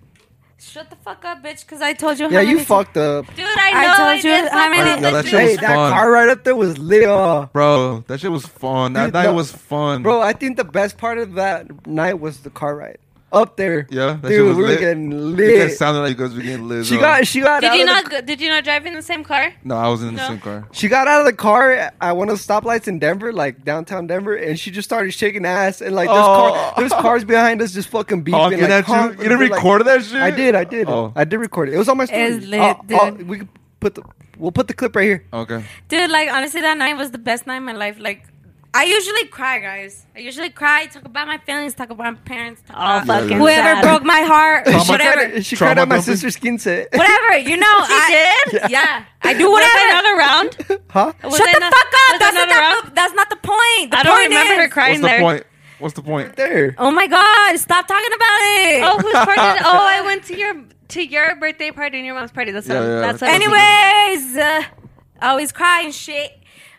Shut the fuck up, bitch, because I told you. Yeah, how you many times- fucked up. Dude, I I know told I, you did how many- fuck Yeah, up, that but shit dude, Hey, was that fun. car right up there was lit. uh, Bro, that shit was fun. That Dude, night the- was fun. Bro, I think the best part of that night was the car ride up there. Yeah, that uh, dude, shit was we were lit. getting you guys lit. sounded like you guys were getting lit. She bro. got she got. out Did you of the not go- did you not drive in the same car? No, I was in the No. same car. She got out of the car at one of the stoplights in Denver, like downtown Denver, and she just started shaking ass. And like, there's, Oh. car, there's cars behind us just fucking beeping. Honking like, at you? honk, You didn't like- record that shit? I did. I did. Oh. I did record it. It was on my story. It's lit, I'll- I'll- dude. we could put the we'll put the clip right here. Okay. Dude, like honestly, that night was the best night of my life. Like I usually cry, guys. I usually cry, talk about my feelings, talk about my parents, talk All about fucking whoever Oh, sad. broke my heart, Trauma- whatever. She Trauma cried at my dumping? sister's quince. Whatever, you know. I, did? Yeah. I do Was there whatever. another round? Huh? Was Shut there the ano- fuck was up. there That's not, another round? the, that's not the point. The I don't point remember her is- crying What's the there. point? What's the point? There. Oh my God, stop talking about it. Oh, whose party? did- oh, I went to your to your birthday party and your mom's party. That's what. Yeah, yeah, that's what. Anyways, uh, I always cry and shit.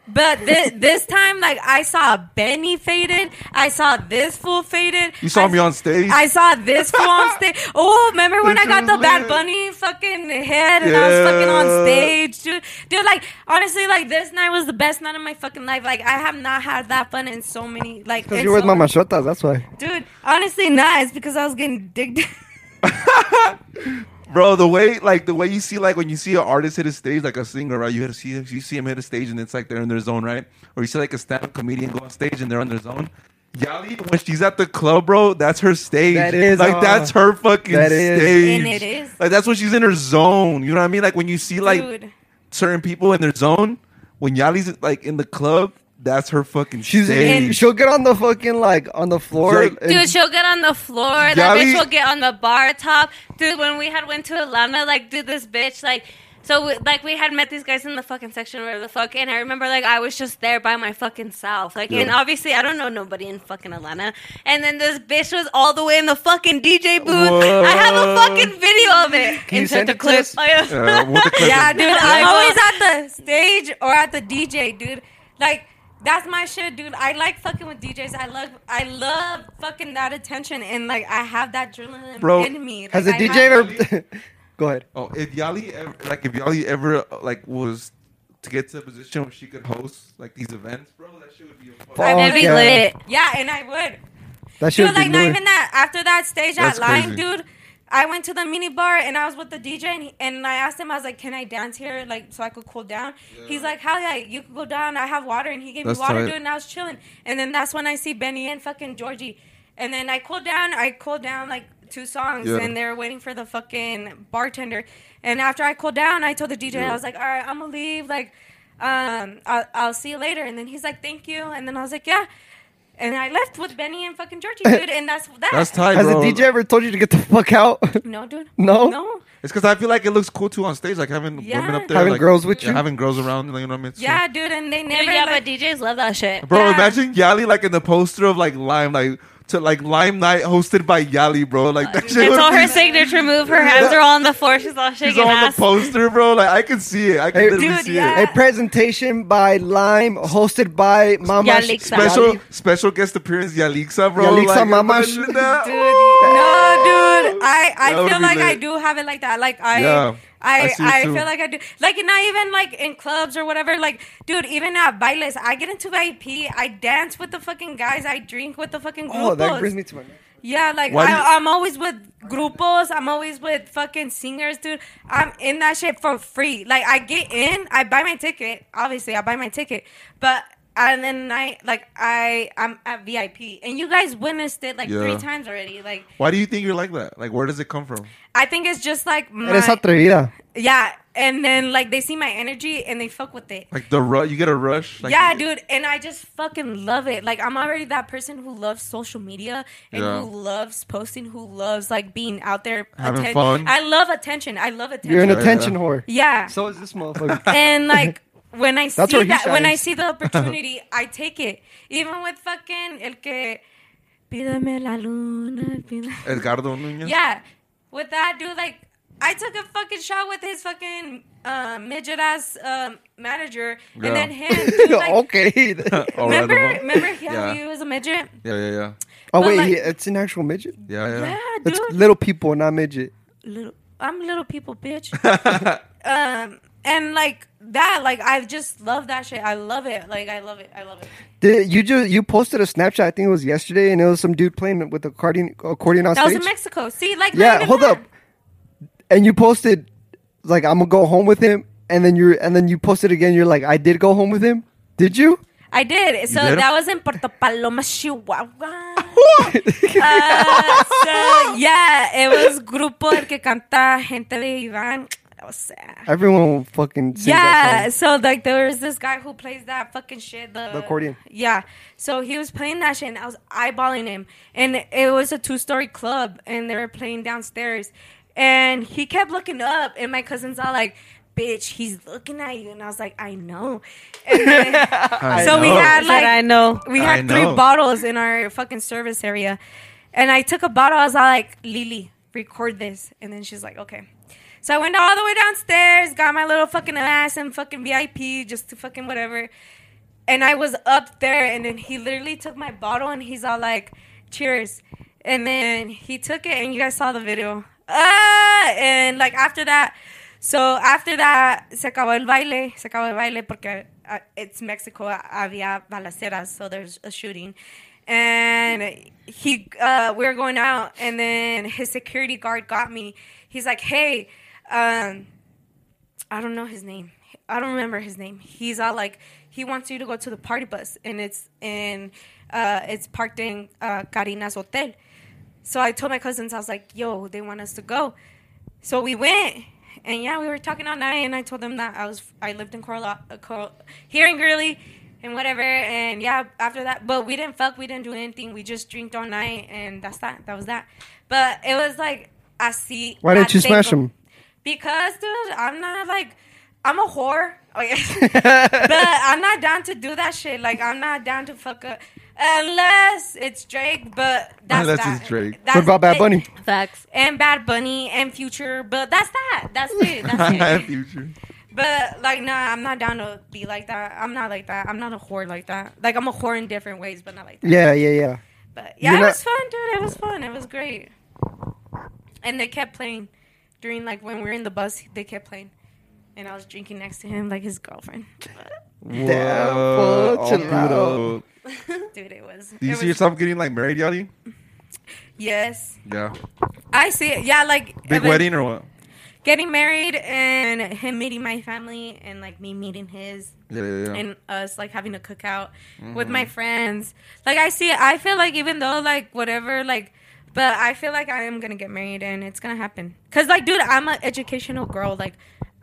But thi- this time, like, I saw Benny faded. I saw this fool faded. You saw I- me on stage. I saw this fool on stage. Oh, remember when This I got is the Bad lit. Bunny fucking head and I was fucking Yeah. on stage, dude. Dude, like honestly, like this night was the best night of my fucking life. Like I have not had that fun in so many like. Because in you're with so- Mama Shota, that's why. Dude, honestly, nah. It's because I was getting digged. Bro, the way like the way you see like when you see an artist hit a stage, like a singer, right? You hit see you see him hit a stage and it's like they're in their zone, right? Or you see like a stand-up comedian go on stage and they're on their zone. Yali, when she's at the club, bro, that's her stage. That is, like uh, that's her fucking that is. stage. And it is. Like that's when she's in her zone. You know what I mean? Like when you see like dude. certain people in their zone, when Yali's like in the club, that's her fucking She's stage. she'll get on the fucking like on the floor. Like- and- Dude, she'll get on the floor. That bitch Yali- will get on the bar top. Dude, when we had went to Atlanta, like, dude, this bitch, like, so we, like we had met these guys in the fucking section where the fuck, and I remember like I was just there by my fucking self, like, and Yeah. obviously I don't know nobody in fucking Atlanta, and then this bitch was all the way in the fucking DJ booth. I have a Whoa. fucking video of it. Can you Insert send the it to clip. us? Oh, yeah. Uh, with the clip Yeah, in. dude, I'm always at the stage or at the DJ, dude. Like that's my shit, dude. I like fucking with DJs. I love, I love fucking that attention, and like I have that adrenaline Bro, in me. Like, Has a I DJ have- ever? Go ahead. Oh, if Yali ever like if Yali ever like was to get to a position where she could host like these events, bro, that shit would be a fuck. Fuck It'd be yeah. lit. Yeah, and I would. That Dude, should be like not lit. even that. After that stage That's at Lime, crazy. dude, I went to the mini bar and I was with the DJ and, he, and I asked him, I was like, "Can I dance here, like, so I could cool down?" He's like, "Hell yeah, you could go down. I have water." And he gave That's me water, tight. dude, and I was chilling. And then that's when I see Benny and fucking Georgie, and then I cooled down. I cooled down like two songs, Yeah. and they were waiting for the fucking bartender. And after I cooled down, I told the DJ, I was like, "All right, I'm gonna leave. Like, um, I'll, I'll see you later." And then he's like, "Thank you." And then I was like, "Yeah." And I left with Benny and fucking Georgie, dude, and that's that. That's tight, Has a bro. DJ ever told you to get the fuck out? No, dude. No? No. It's because I feel like it looks cool too on stage, like having Yeah. women up there, Having like, girls with yeah, you? having girls around. Like, you know what I mean? It's Yeah, dude, and they Dude, never. yeah, like- but DJs love that shit. true. bro, yeah. imagine Yali like in the poster of like Lime, like to like Lime Night hosted by Yali, bro. Like that shit. It's would all be- her signature move. Her hands are all on the floor. She's all shaking She's on ass. the poster, bro. Like I can see it. I can Hey, literally Dude, see yeah. it. A presentation by Lime, hosted by Mama. Yalixa. Sh- Special Yali- special guest appearance, Yalixa, bro. Yalixa, like, mama. imagine that. Dude, no, dude. I, That would I feel be like I lit. do have it like that. Like I Yeah, I I see it I, too. feel like I do. Like not even like in clubs or whatever. Like dude, even at bailes, I get into VIP. I dance with the fucking guys. I drink with the fucking grupos. Oh, that brings me to my. yeah, like Why do you- I, I'm always with grupos. I'm always with fucking singers, dude. I'm in that shit for free. Like I get in, I buy my ticket. Obviously, I buy my ticket, but. And then I like I I'm at VIP and you guys witnessed it like Yeah. three times already like Why do you think you're like that? Like, where does it come from? I think it's just like my, Eres atrevida. yeah, and then like they see my energy and they fuck with it. Like the rush, you get a rush. Like, yeah, you- dude, and I just fucking love it. Like I'm already that person who loves social media and Yeah. who loves posting, who loves like being out there Having fun. I love attention. I love attention. You're an Yeah, attention yeah. whore. yeah, So is this motherfucker. and like when I That's see where he that, when I shines. see the opportunity, I take it. Even with fucking el que pídame la luna, pídame. Edgardo Nunez. Yeah. With that dude, like I took a fucking shot with his fucking uh, midget ass um, manager, Yeah. and then him. Eh, Dude, like, okay. All right, Remember, Ramon. remember how Yeah. he was a midget? Yeah, yeah, yeah, oh wait, like- he- it's an actual midget. yeah, Yeah, yeah. dude. It's little people, not midget. little, I'm little people, bitch. um, and like that, like I just love that shit. I love it. Like I love it. I love it. Did you just you posted a Snapchat? I think it was yesterday, and it was some dude playing with the accordion, accordion on That was stage. in Mexico. See, like not yeah, even hold more. up. And you posted like I'm gonna go home with him, and then you're and then you posted again. You're like I did go home with him. Did you? I did. So did? that was in Puerto Paloma, Chihuahua. Uh, so, yeah, it was grupo el que canta gente de Iván. o sea. Everyone fucking sings that Yeah, song. so like there was this guy who plays that fucking shit. The, The accordion. Yeah, so he was playing that shit, and I was eyeballing him, and it was a two-story club, and they were playing downstairs, and he kept looking up, and my cousins all like. Bitch, he's looking at you, and I was like, I know. And then, so we know. had like I know. we I had three know. bottles in our fucking service area. And I took a bottle. I was all like, Lily, record this. And then she's like, okay. So I went all the way downstairs, got my little fucking ass and fucking VIP just to fucking whatever. And I was up there. And then he literally took my bottle and he's all like, cheers. And then he took it. And you guys saw the video. Ah! And like after that, so after that, se acabó el baile, se acabó el baile porque uh, it's Mexico, había balaceras, so there's a shooting. And he, uh, we were going out, and then his security guard got me. He's like, hey, um, I don't know his name. I don't remember his name. He's all like, he wants you to go to the party bus, and it's in, uh, it's parked in uh, Karina's hotel. So I told my cousins, I was like, yo, they want us to go. So we went, and yeah, we were talking all night, and I told them that I was I lived in Coral, uh, Coral here in Greeley, and whatever, and yeah, after that, but we didn't fuck, we didn't do anything, we just drank all night, and that's that, that was that. But it was like ah, I see. Why didn't I you think- smash him? Because, dude, I'm not like I'm a whore. Oh, yeah. but I'm not down to do that shit. Like I'm not down to fuck up. Unless it's Drake, but that's Unless that. it's Drake. That's What about Bad it Bunny? Facts. and Bad Bunny and Future, but that's that. That's it. That's it. Future. but like, nah, I'm not down to be like that. I'm not like that. I'm not a whore like that. Like, I'm a whore in different ways, but not like that. Yeah, yeah, yeah. But yeah, You're it not- was fun, dude. It was fun. It was great. And they kept playing during like when we were in the bus. They kept playing, and I was drinking next to him like his girlfortunate. Whoa, Whoa, chill out. Alfredo. Dude, it was. Do you it see was yourself getting like married, Yadi? yes, Yeah. I see it. Yeah, like Big Evan- wedding or what? getting married, and him meeting my family, and like me meeting his. Yeah, yeah, yeah. and us like having a cookout with Mm-hmm. my friends. Like I see, I feel like even though like whatever, like, but I feel like I am gonna get married and it's gonna happen. Cause like, dude, I'm an educational girl. Like,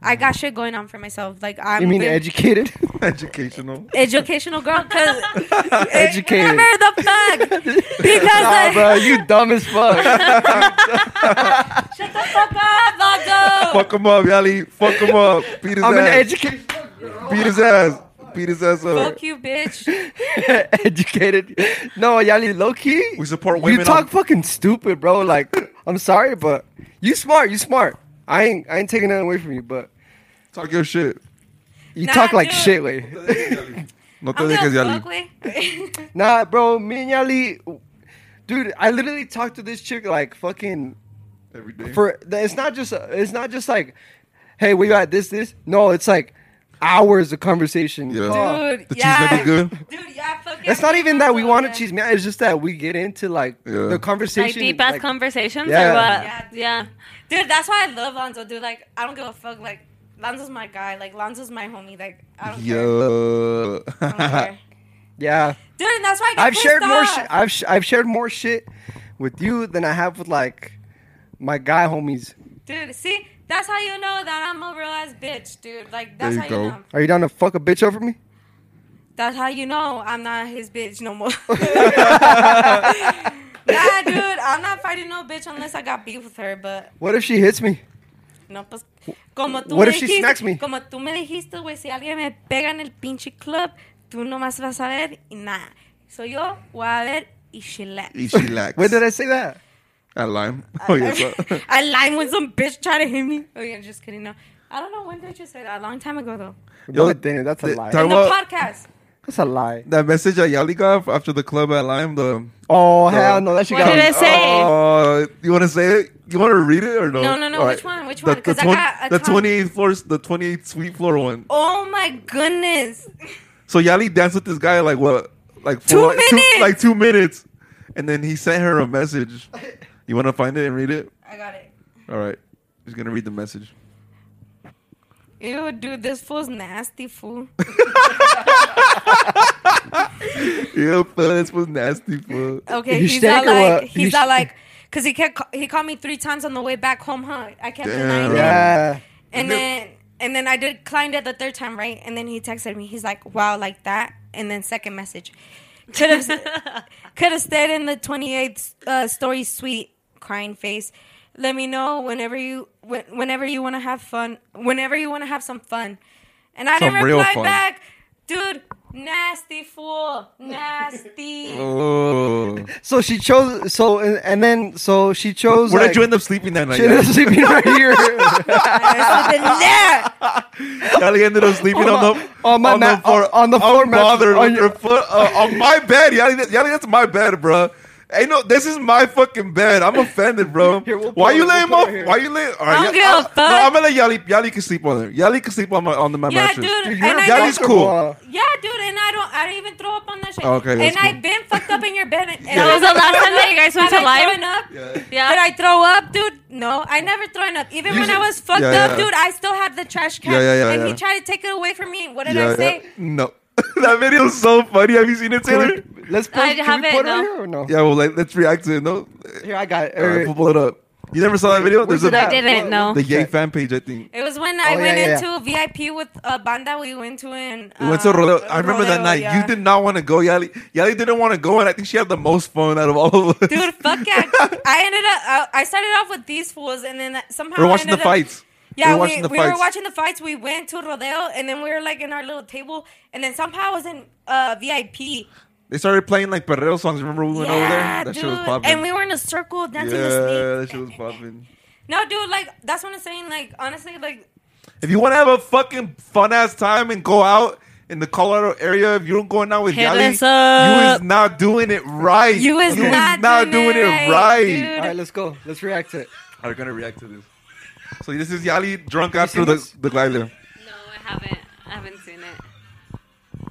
I got shit going on for myself. Like, I'm You mean the educated? Educational. educational girl. Cause Educated. Whatever the fuck. Because nah, like, bro, you dumb as fuck. shut the fuck up, Vago. Fuck him up, Yali. Fuck him up. Beat his I'm an ass. educated, Beat his ass. Beat his ass up. Fuck you, bitch. educated. No, Yali, low key. We support You women talk on- fucking stupid, bro. Like, I'm sorry, but you smart. You smart. I ain't, I ain't taking that away from you, but Talk your shit. you Nah, talk like dude. shit, way. No te I'm dejes, gonna fuck Yali. with. Nah, bro, me and Yali, dude. I literally talked to this chick like fucking Every day. for it's not just it's not just like hey we got this this no it's like hours of conversation Yeah. Oh. Dude, the cheese yeah. gonna be good. Dude, yeah, fuck it's yeah, not fuck even yeah, that we fuck want yeah. to cheese man it's just that we get into like Yeah. the Like conversation deep ass like, conversations Yeah. or what? Yeah. yeah. Dude, that's why I love Lonzo, dude. Like, I don't give a fuck. Like, Lonzo's my guy. Like, Lonzo's my homie. Like, I don't care. I don't Yeah. care. yeah Dude, and that's why I get i've pissed shared more off. shit I've, sh- I've shared more shit with you than i have with like my guy homies Dude, see? That's how you know that I'm a real ass bitch, dude. Like, that's you how go. you know. are you down to fuck a bitch over me That's how you know I'm not his bitch no more. nah, dude, I'm not fighting no bitch unless I got beef with her, but what if she hits me No, pues, como tú What me if she dijiste- smacks me? Como tú me dijiste, güey, si alguien me pega en el pinche club, tú nomás vas a ver y nada. Soy yo, voy a ver y chillax. Eat she lacks. when did i say that I lime. Oh, yes. sir. I lied when some bitch tried to hit me. Oh, yeah, just kidding. No. I don't know when did you say that. A long time ago, though. Yo, No, Dana, that's a th- lie talk In the about- podcast. that's a lie That message that Yali got after the club at Lime, the oh hell no that she What got did I say? Oh, you want to say it? You want to read it or no? No, no, no, All which one? Which one? The, the, 'Cause I got a the ton. 28th floor, the 28th suite floor one. Oh, my goodness. So Yali danced with this guy like what? Like for Two like, minutes! like two minutes, and then he sent her a message. You want to find it and read it? I got it. All right, he's gonna read the message. Ew, dude, this fool's nasty, fool. Yeah, but this was nasty. Fuck. Okay, You he's stank not or like what? You he's sh- not like because he kept ca- he called me three times on the way back home, huh? I kept Damn. denying it. yeah And Nope. then and then I declined it the third time, right? And then he texted me. He's like, "Wow, like that." And then second message, could have could have stayed in the twenty eighth uh, story suite, crying face. Let me know whenever you when, whenever you want to have fun. Whenever you want to have some fun. And I Some never real replied fun. back, dude. Nasty fool, nasty. Oh. So she chose. So and, and then so she chose. Where like, did you end up sleeping that night? She ended up Yali? sleeping right here yeah. Yali ended up sleeping On on my- the on my mat- floor, on the floor Oh, mattress, unbothered on with your- your foot uh, on my bed. Yali, that- Yali, that's my bed, bro. Ain't no, this is my fucking bed. I'm offended, bro. Here, we'll why put you it- laying we'll my? put it here. Why you laying? I All right, don't yeah, give a I- No, fuck. I'm gonna let Yali. Yali can sleep on there. Yali can sleep on my on the my Yeah, mattress. dude. You're and I Yali's don't, cool. uncomfortable. yeah, dude, and I don't, I don't even throw up on that shit. Oh, Okay, that's and cool. I've been fucked up in your bed. And That was the last time that you guys went Have to I live? thrown up? Yeah. Yeah. Did I throw up, dude? No, I never thrown up. Even You when should- I was fucked Yeah, yeah, up, yeah. dude, I still had the trash can. Yeah, yeah, yeah, and he yeah. tried to take it away from me. What did Yeah, I say? yeah. No, that video's so funny. Have you seen it, Taylor? Let's put, I can have we it, put her no. here or no? yeah, well, like, let's react to it. No, Here, I got it. All right, we'll blow it up. You never saw that video? There's Where's it a at? I didn't, no. the Yay fan page, I think. It was when I Oh, yeah, went yeah, yeah. into VIP with a banda. We went to an. We went to uh, Rodeo. I remember that Rodeo, night. yeah. You did not want to go, Yali. Yali didn't want to go, and I think she had the most fun out of all of us. Dude, fuck yeah! I ended up. I I started off with these fools, and then somehow we were I watching the ended up- fights. Yeah, we, were watching the we fights. were watching the fights. We went to Rodeo, and then we were like in our little table, and then somehow I was in uh, VIP. They started playing like perreo songs. Remember we went over there? Yeah, That dude. shit was popping. And we were in a circle dancing yeah, to that sleep. shit was popping. No, dude, like that's what I'm saying. Like honestly, like If you want to have a fucking fun ass time and go out in the Colorado area, if you don't going out with Hit Yali, us up. you is not doing it right. you was not, doing it right. dude. All right, let's go. Let's react to it. Are gonna react to this? So this is Yali drunk seen after the this? the glider. No, I haven't. I haven't seen it.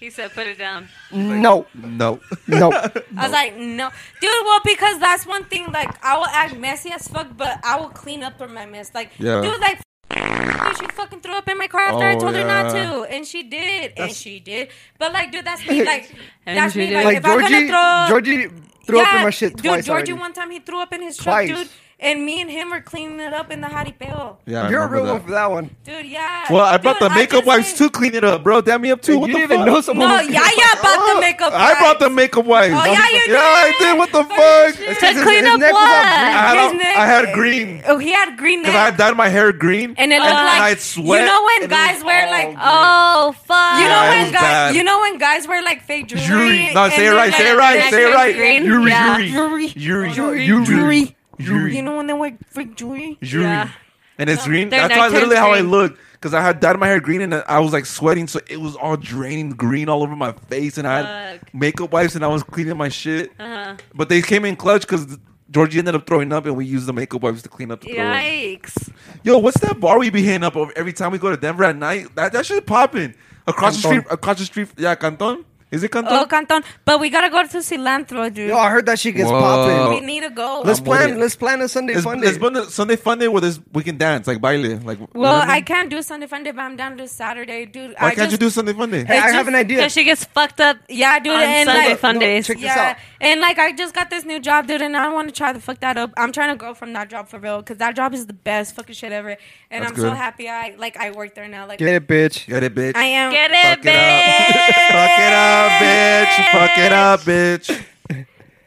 He said, "Put it down." No, No. no. I was like, no, dude. Well, because that's one thing. Like, I will act messy as fuck, but I will clean up from my mess. Like, Yeah. dude, like, f- she fucking threw up in my car after I Oh, told her not yeah. to, and she did, and she did. But like, dude, that's me. Like, And that's she me. did. Like, like if I'm Georgie, gonna throw, Georgie threw up in my shit dude. twice. Georgie, already. one time he threw up in his Twice. truck, dude, and me and him were cleaning it up in the jaripeo. Yeah, I You're remember a real that. one for that one. Dude, yeah. Well, I brought Dude, the makeup just wipes think- to clean it up, bro. Damn me up too. You what didn't the even fuck? know someone No, was Yaya brought the makeup. I brought the wipes. makeup wipes. Oh, yeah, you Yeah, I did. did. What the Fucking fuck? shit. It's 'cause To his- clean his up neck was all I what? had, His neck- I had green. Oh, he had green. Because nails. I dyed my hair green. and it looked and like I'd sweat. you know when and it was guys wear like all Oh fuck! you know Yeah, it when was guys bad. you know when guys wear like fake jewelry. Yuri. No, and say it then, right. Say it like, right. neck Say it was right. green? Yuri. Yeah. Yuri. Yuri. Yuri. Jewelry. Yuri. You know when they wear fake jewelry. Yuri. Yeah. And it's green. Their That's neck why literally turns how I green. looked. Because I had dyed my hair green and I was like sweating. So it was all draining green all over my face. And I had Fuck. makeup wipes and I was cleaning my shit. Uh-huh. But they came in clutch because Georgie ended up throwing up and we used the makeup wipes to clean up the throw up. Yikes! Yo, what's that bar we be hitting up over every time we go to Denver at night? That that shit popping across the Canton. street. Across the street, yeah, Canton. Is it Canton? Oh, Canton. But we gotta go to cilantro, dude. Yo, I heard that shit gets Whoa. we popping. need to go. Let's I'm with plan. it. Let's plan a Sunday It's, fun it's day. been Sunday fun day where this we can dance like baile. Like, you know well, what I mean? can't do Sunday Funday, but I'm down to Saturday, dude. I Why can't just, you do Sunday fun day? Hey, I It's have an just- idea. Because she gets fucked up. Yeah, dude. On and Sunday like, fun days. check this Yeah, out. and like I just got this new job, dude, and I want to try to fuck that up. I'm trying to go from that job for real because that job is the best fucking shit ever, and That's I'm so good. happy I like I work there now. Like Get it, bitch. Get it, bitch. I am. Get Fuck it, it up. Fuck it up, bitch. Fuck it up, bitch.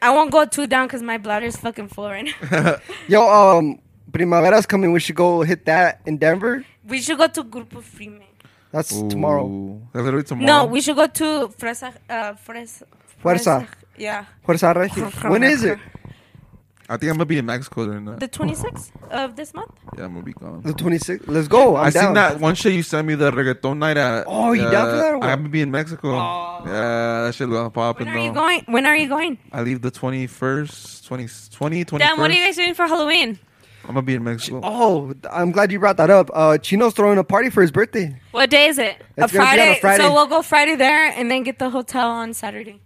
I won't go too down because my bladder's fucking full right now. Yo, um, Primavera's coming. We should go hit that in Denver. we should go to Grupo Firme. That's tomorrow. Ooh, that's literally tomorrow. No, we should go to Fresa. Uh, Fresa. Fuerza. Yeah. Fuerza Regis. When is it? I think I'm gonna be in Mexico during that. The 26th of this month? Yeah, I'm gonna be gone. The 26th. Let's go. I'm I down. seen that one shit you sent me the reggaeton night at. uh, Oh, you down for that or what? I'm gonna be in Mexico. Yeah, that shit was popping. When are you though. going? When are you going? I leave the 21st, 20, 20 21st. Damn, what are you guys doing for Halloween? I'm gonna be in Mexico. Oh, I'm glad you brought that up. Uh, Chino's throwing a party for his birthday. What day is it? It's gonna be on a Friday. So we'll go Friday there and then get the hotel on Saturday.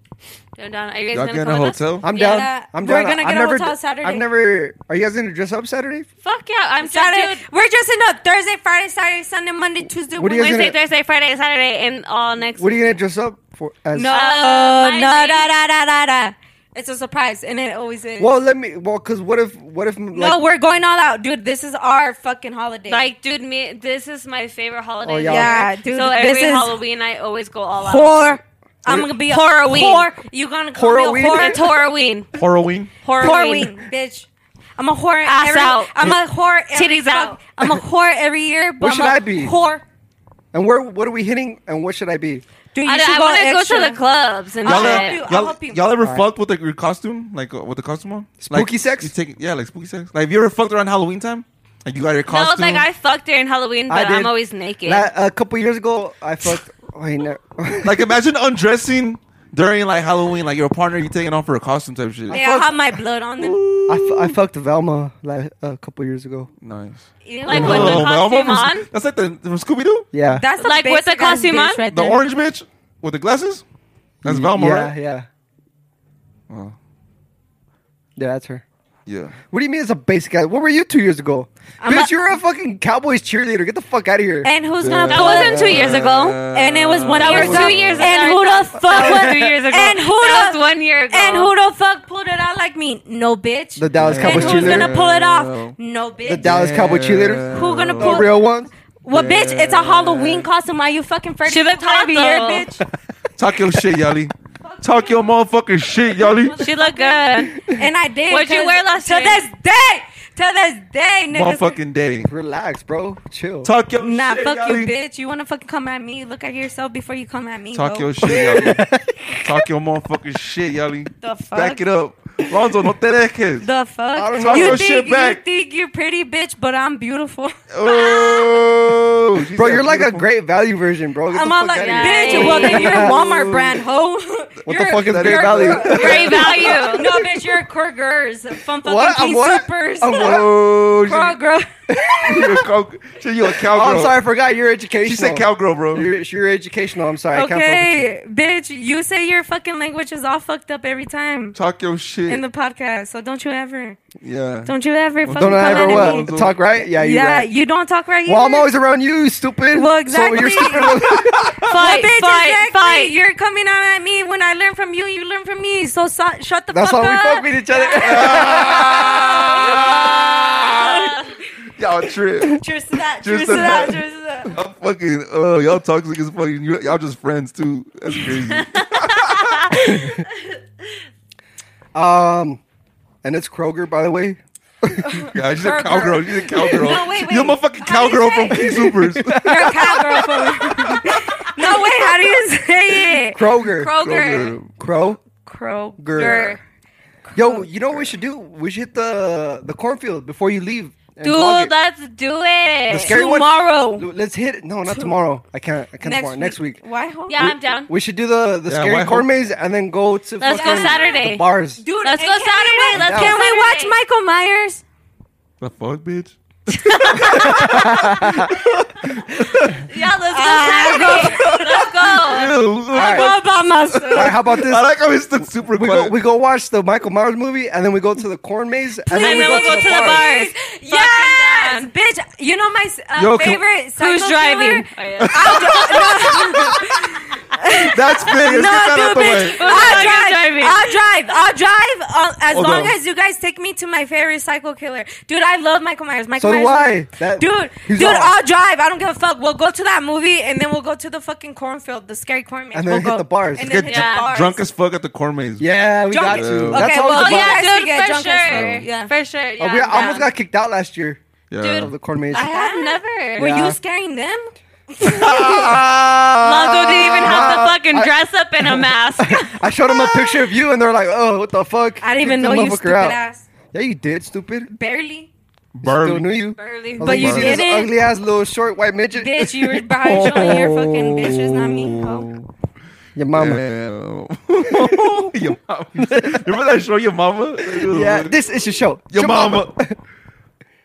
Down, down. Are you guys Y'all gonna get come a with us? hotel? I'm Yeah, down. I'm we're down. gonna I've get a never, hotel Saturday. I've never. Are you guys gonna dress up Saturday? Fuck yeah! I'm Saturday. Saturday, We're dressing up Thursday, Friday, Saturday, Sunday, Monday, Tuesday, What do you guys Wednesday. Wednesday, gonna- Thursday, Friday, Saturday, and all next. What are you gonna dress up for? As No, Uh, my Oh, no, thing- da, da, da, da, da. It's a surprise, and it always is. Well, let me. Well, because what if? What if? Like, no, we're going all out, dude. This is our fucking holiday. Like, dude, me, this is my favorite holiday. Oh, of yeah. the Yeah, year. dude, So this every is- Halloween, I always go all out. whore. I'm gonna be a Horroween. whore. You gonna call me a Horroween? whore? It's Horroween. Horrowing. Horroween. Whore bitch. I'm a whore Ass every, out. I'm a whore. Every Titties fuck- out. I'm a whore every year. But What I'm should a I be? Whore. and where? What are we hitting? And what should I be? Dude, you I, should I go want to extra. go to the clubs and I'll Y'all, help shit. you. I'll y'all, help you. y'all ever Alright. fucked with like your costume, like uh, with the costume on? Spooky like, sex? You take, yeah, like spooky sex. Like, have you ever fucked around Halloween time? Like, you got your costume. No, like I fucked during Halloween, I but did. I'm always naked. La- a couple years ago, I fucked. Wait, no. Like, imagine undressing during like Halloween, like your partner you taking off for a costume type shit. Yeah, I'll have my blood on them. I, fu- I fucked Velma like a couple years ago. Nice. Like with the Oh, man, I'm costume over- on. That's like the from Scooby Doo. Yeah. That's a Like, with the basic ass costume bitch on? right The there. orange bitch with the glasses. That's Velma, yeah, right? Yeah. Oh, Yeah, that's her. yeah. What do you mean it's a basic guy? What were you two years ago? Bitch, you were a fucking Cowboys cheerleader. Get the fuck out of here. And who's gonna? That pull wasn't it? two years Uh, ago. And it was one That year was ago. two years ago. And who the fuck That was was two years ago. And who That the was one year ago. And who the fuck pulled it out like me? No bitch. the Dallas And and Cowboys who's cheerleader. gonna pull it off? No bitch. the Dallas Cowboy cheerleader. Who gonna The pull- real one. Well, bitch, it's a Halloween costume. Why you fucking Freddy She looked Krueger hot, every year, though. bitch? Talk your shit, Yali. Talk your motherfucking shit, Yali. She looked good. And I did. What'd you 'cause wear last to year? this day. To this day, niggas. Motherfucking day. Relax, bro. Chill. Talk your Nah, shit, fuck Yali. you, bitch. You wanna fucking come at me? Look at yourself before you come at me. Talk bro. your shit, Yali. Talk your motherfucking shit, Yali. The fuck? Back it up. Lonzo, no te dejes. The fuck? I don't know. You Talk your think, shit You back. think you're pretty, bitch, but I'm beautiful. Oh, she's Bro, got you're like a beautiful- great value version, bro. Get I'm the all fuck like, out of here. here. bitch, well, then you're a Walmart brand, hoe. What the fuck is that great is- value? Great value. No, bitch, you're a Kroger's. Fun fucking What? I'm pea what? suppers. I'm what? Oh, she- Kroger. you a cow- she- you a cowgirl. Oh, I'm sorry, I forgot. You're educational. She said cowgirl, bro. You're, you're educational. I'm sorry. I can't focus. Okay, bitch, you say your fucking language is all fucked up every time Talk your shit. in the podcast. So don't you ever, yeah. don't you ever fucking Don't I come ever at what? me. Talk right? Yeah, you Yeah, right. you don't talk right Well, I'm either. always around you, stupid. Well, So exactly. you're stupid. with- Fight, bitch, fight, exactly. fight. You're coming out at me when I learn from you. You learn from me. So, so shut the That's fuck why we up. fuck with each Ah. other. Uh, Y'all trip. Cheers to that. Cheers Cheers, to to that. that. Cheers to that. I'm fucking. Oh, y'all toxic as fucking. you- Y'all just friends too. That's crazy. um, and it's Kroger, by the way. Yeah, she's a cowgirl. She's a cowgirl. No, wait, wait. You're a fucking How do you cowgirl from King Supers. You're a cowgirl. fool. no way. How do you say it? Kroger. Kroger. Crow. Kroger. Yo, you know what we should do? We should hit the the cornfield before you leave. and vlog it. Dude, let's do The it. scary one- Tomorrow. Let's hit it. No, not tomorrow. I can't. I can't Next tomorrow. Next week. Why? Hold Yeah, on. I'm down. We should do the the Yeah, why scary corn hope- maze and then go to Let's go fucking Saturday. the bars. Dude, Let's and go can Saturday. We, Let's can go we watch Saturday. Michael Myers? The fuck, bitch. Yeah, let's Uh, Uh, go Saturday. Let's go. Ew. right. All by myself. All right, how about this? I like how it's the super we go quiet. we go watch the Michael Myers movie and then we go to the corn maze and then And we then go, we'll go to the bars. bars. Yes, Fucking bitch. You know my uh, Yo, can- favorite. done. Who's psycho driving? killer? Oh, That's big. Let's get that No, out the dude, way. bitch. I'll Who's drive. driving? I'll drive. I'll drive. I'll, as Hold long on. as you guys take me to my favorite psycho killer, dude. I love Michael Myers. Michael So do Myers. I. That- Dude, he's dude, all- I'll drive. I don't give a fuck. We'll go to that movie and then we'll go to the fucking cornfield, the scary corn maze. And then we'll hit go. the bars. And Let's then Get hit dr- the bars. Drunk as fuck at the corn maze. Yeah, we Drunk- got to. Okay, That's Okay, well, always the Oh, bar. yeah, Yes, yeah, we dude, get for drunk as sure. fuck. Yeah. For sure. Oh, Yeah, we I'm almost down. got kicked out last year Yeah. of the corn maze. I have never. Were Yeah. you scaring them? Lonzo didn't even have Ah, to fucking I- dress up in a mask. I showed them a picture of you and they're like, "Oh, what the fuck?" I didn't even Kicked know the you motherfucker stupid out. ass. Yeah, you did, stupid. Barely. Still Burn. knew you. Early. But you see this didn't. Ugly ass little short white midget. Bitch, you were behind showing your fucking bitches, not me. Oh. hoe. Your mama. your mama. Remember that show, Your Mama? Yeah, this is your show. Your Mama.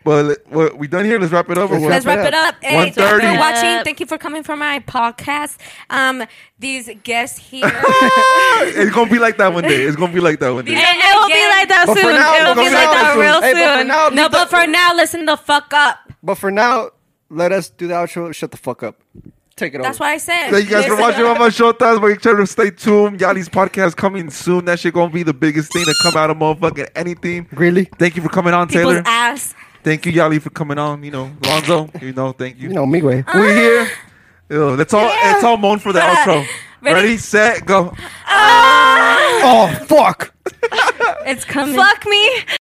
well, what, we done here? Let's wrap it up. Or what? Let's wrap it up. Hey, thank you 1:30. for watching. Yep. Thank you for coming for my podcast. Um, these guests here. It's gonna be like that one day. It's gonna be like that one day. It, it will be like that But for soon. now, it will but be for like now- that real Hey, but for soon. now- no, but for now, listen the fuck up. But for now, let us do the outro. Shut the fuck up. take it That's over. why I said. Thank you guys for Listen- watching Mama Shotas. Make sure to stay tuned. Yali's podcast coming soon. That shit gonna be the biggest thing to come out of motherfucking anything. Really? Thank you for coming on, People's Taylor. ass. Thank you, Yali, for coming on. You know, Lonzo. You know, thank you. You know me, way. Uh. We're here. Yo, let's all Ah. Yeah. let's all moan for the Ah. outro. Ready? Ready? set, go. Oh fuck. It's coming. Fuck me.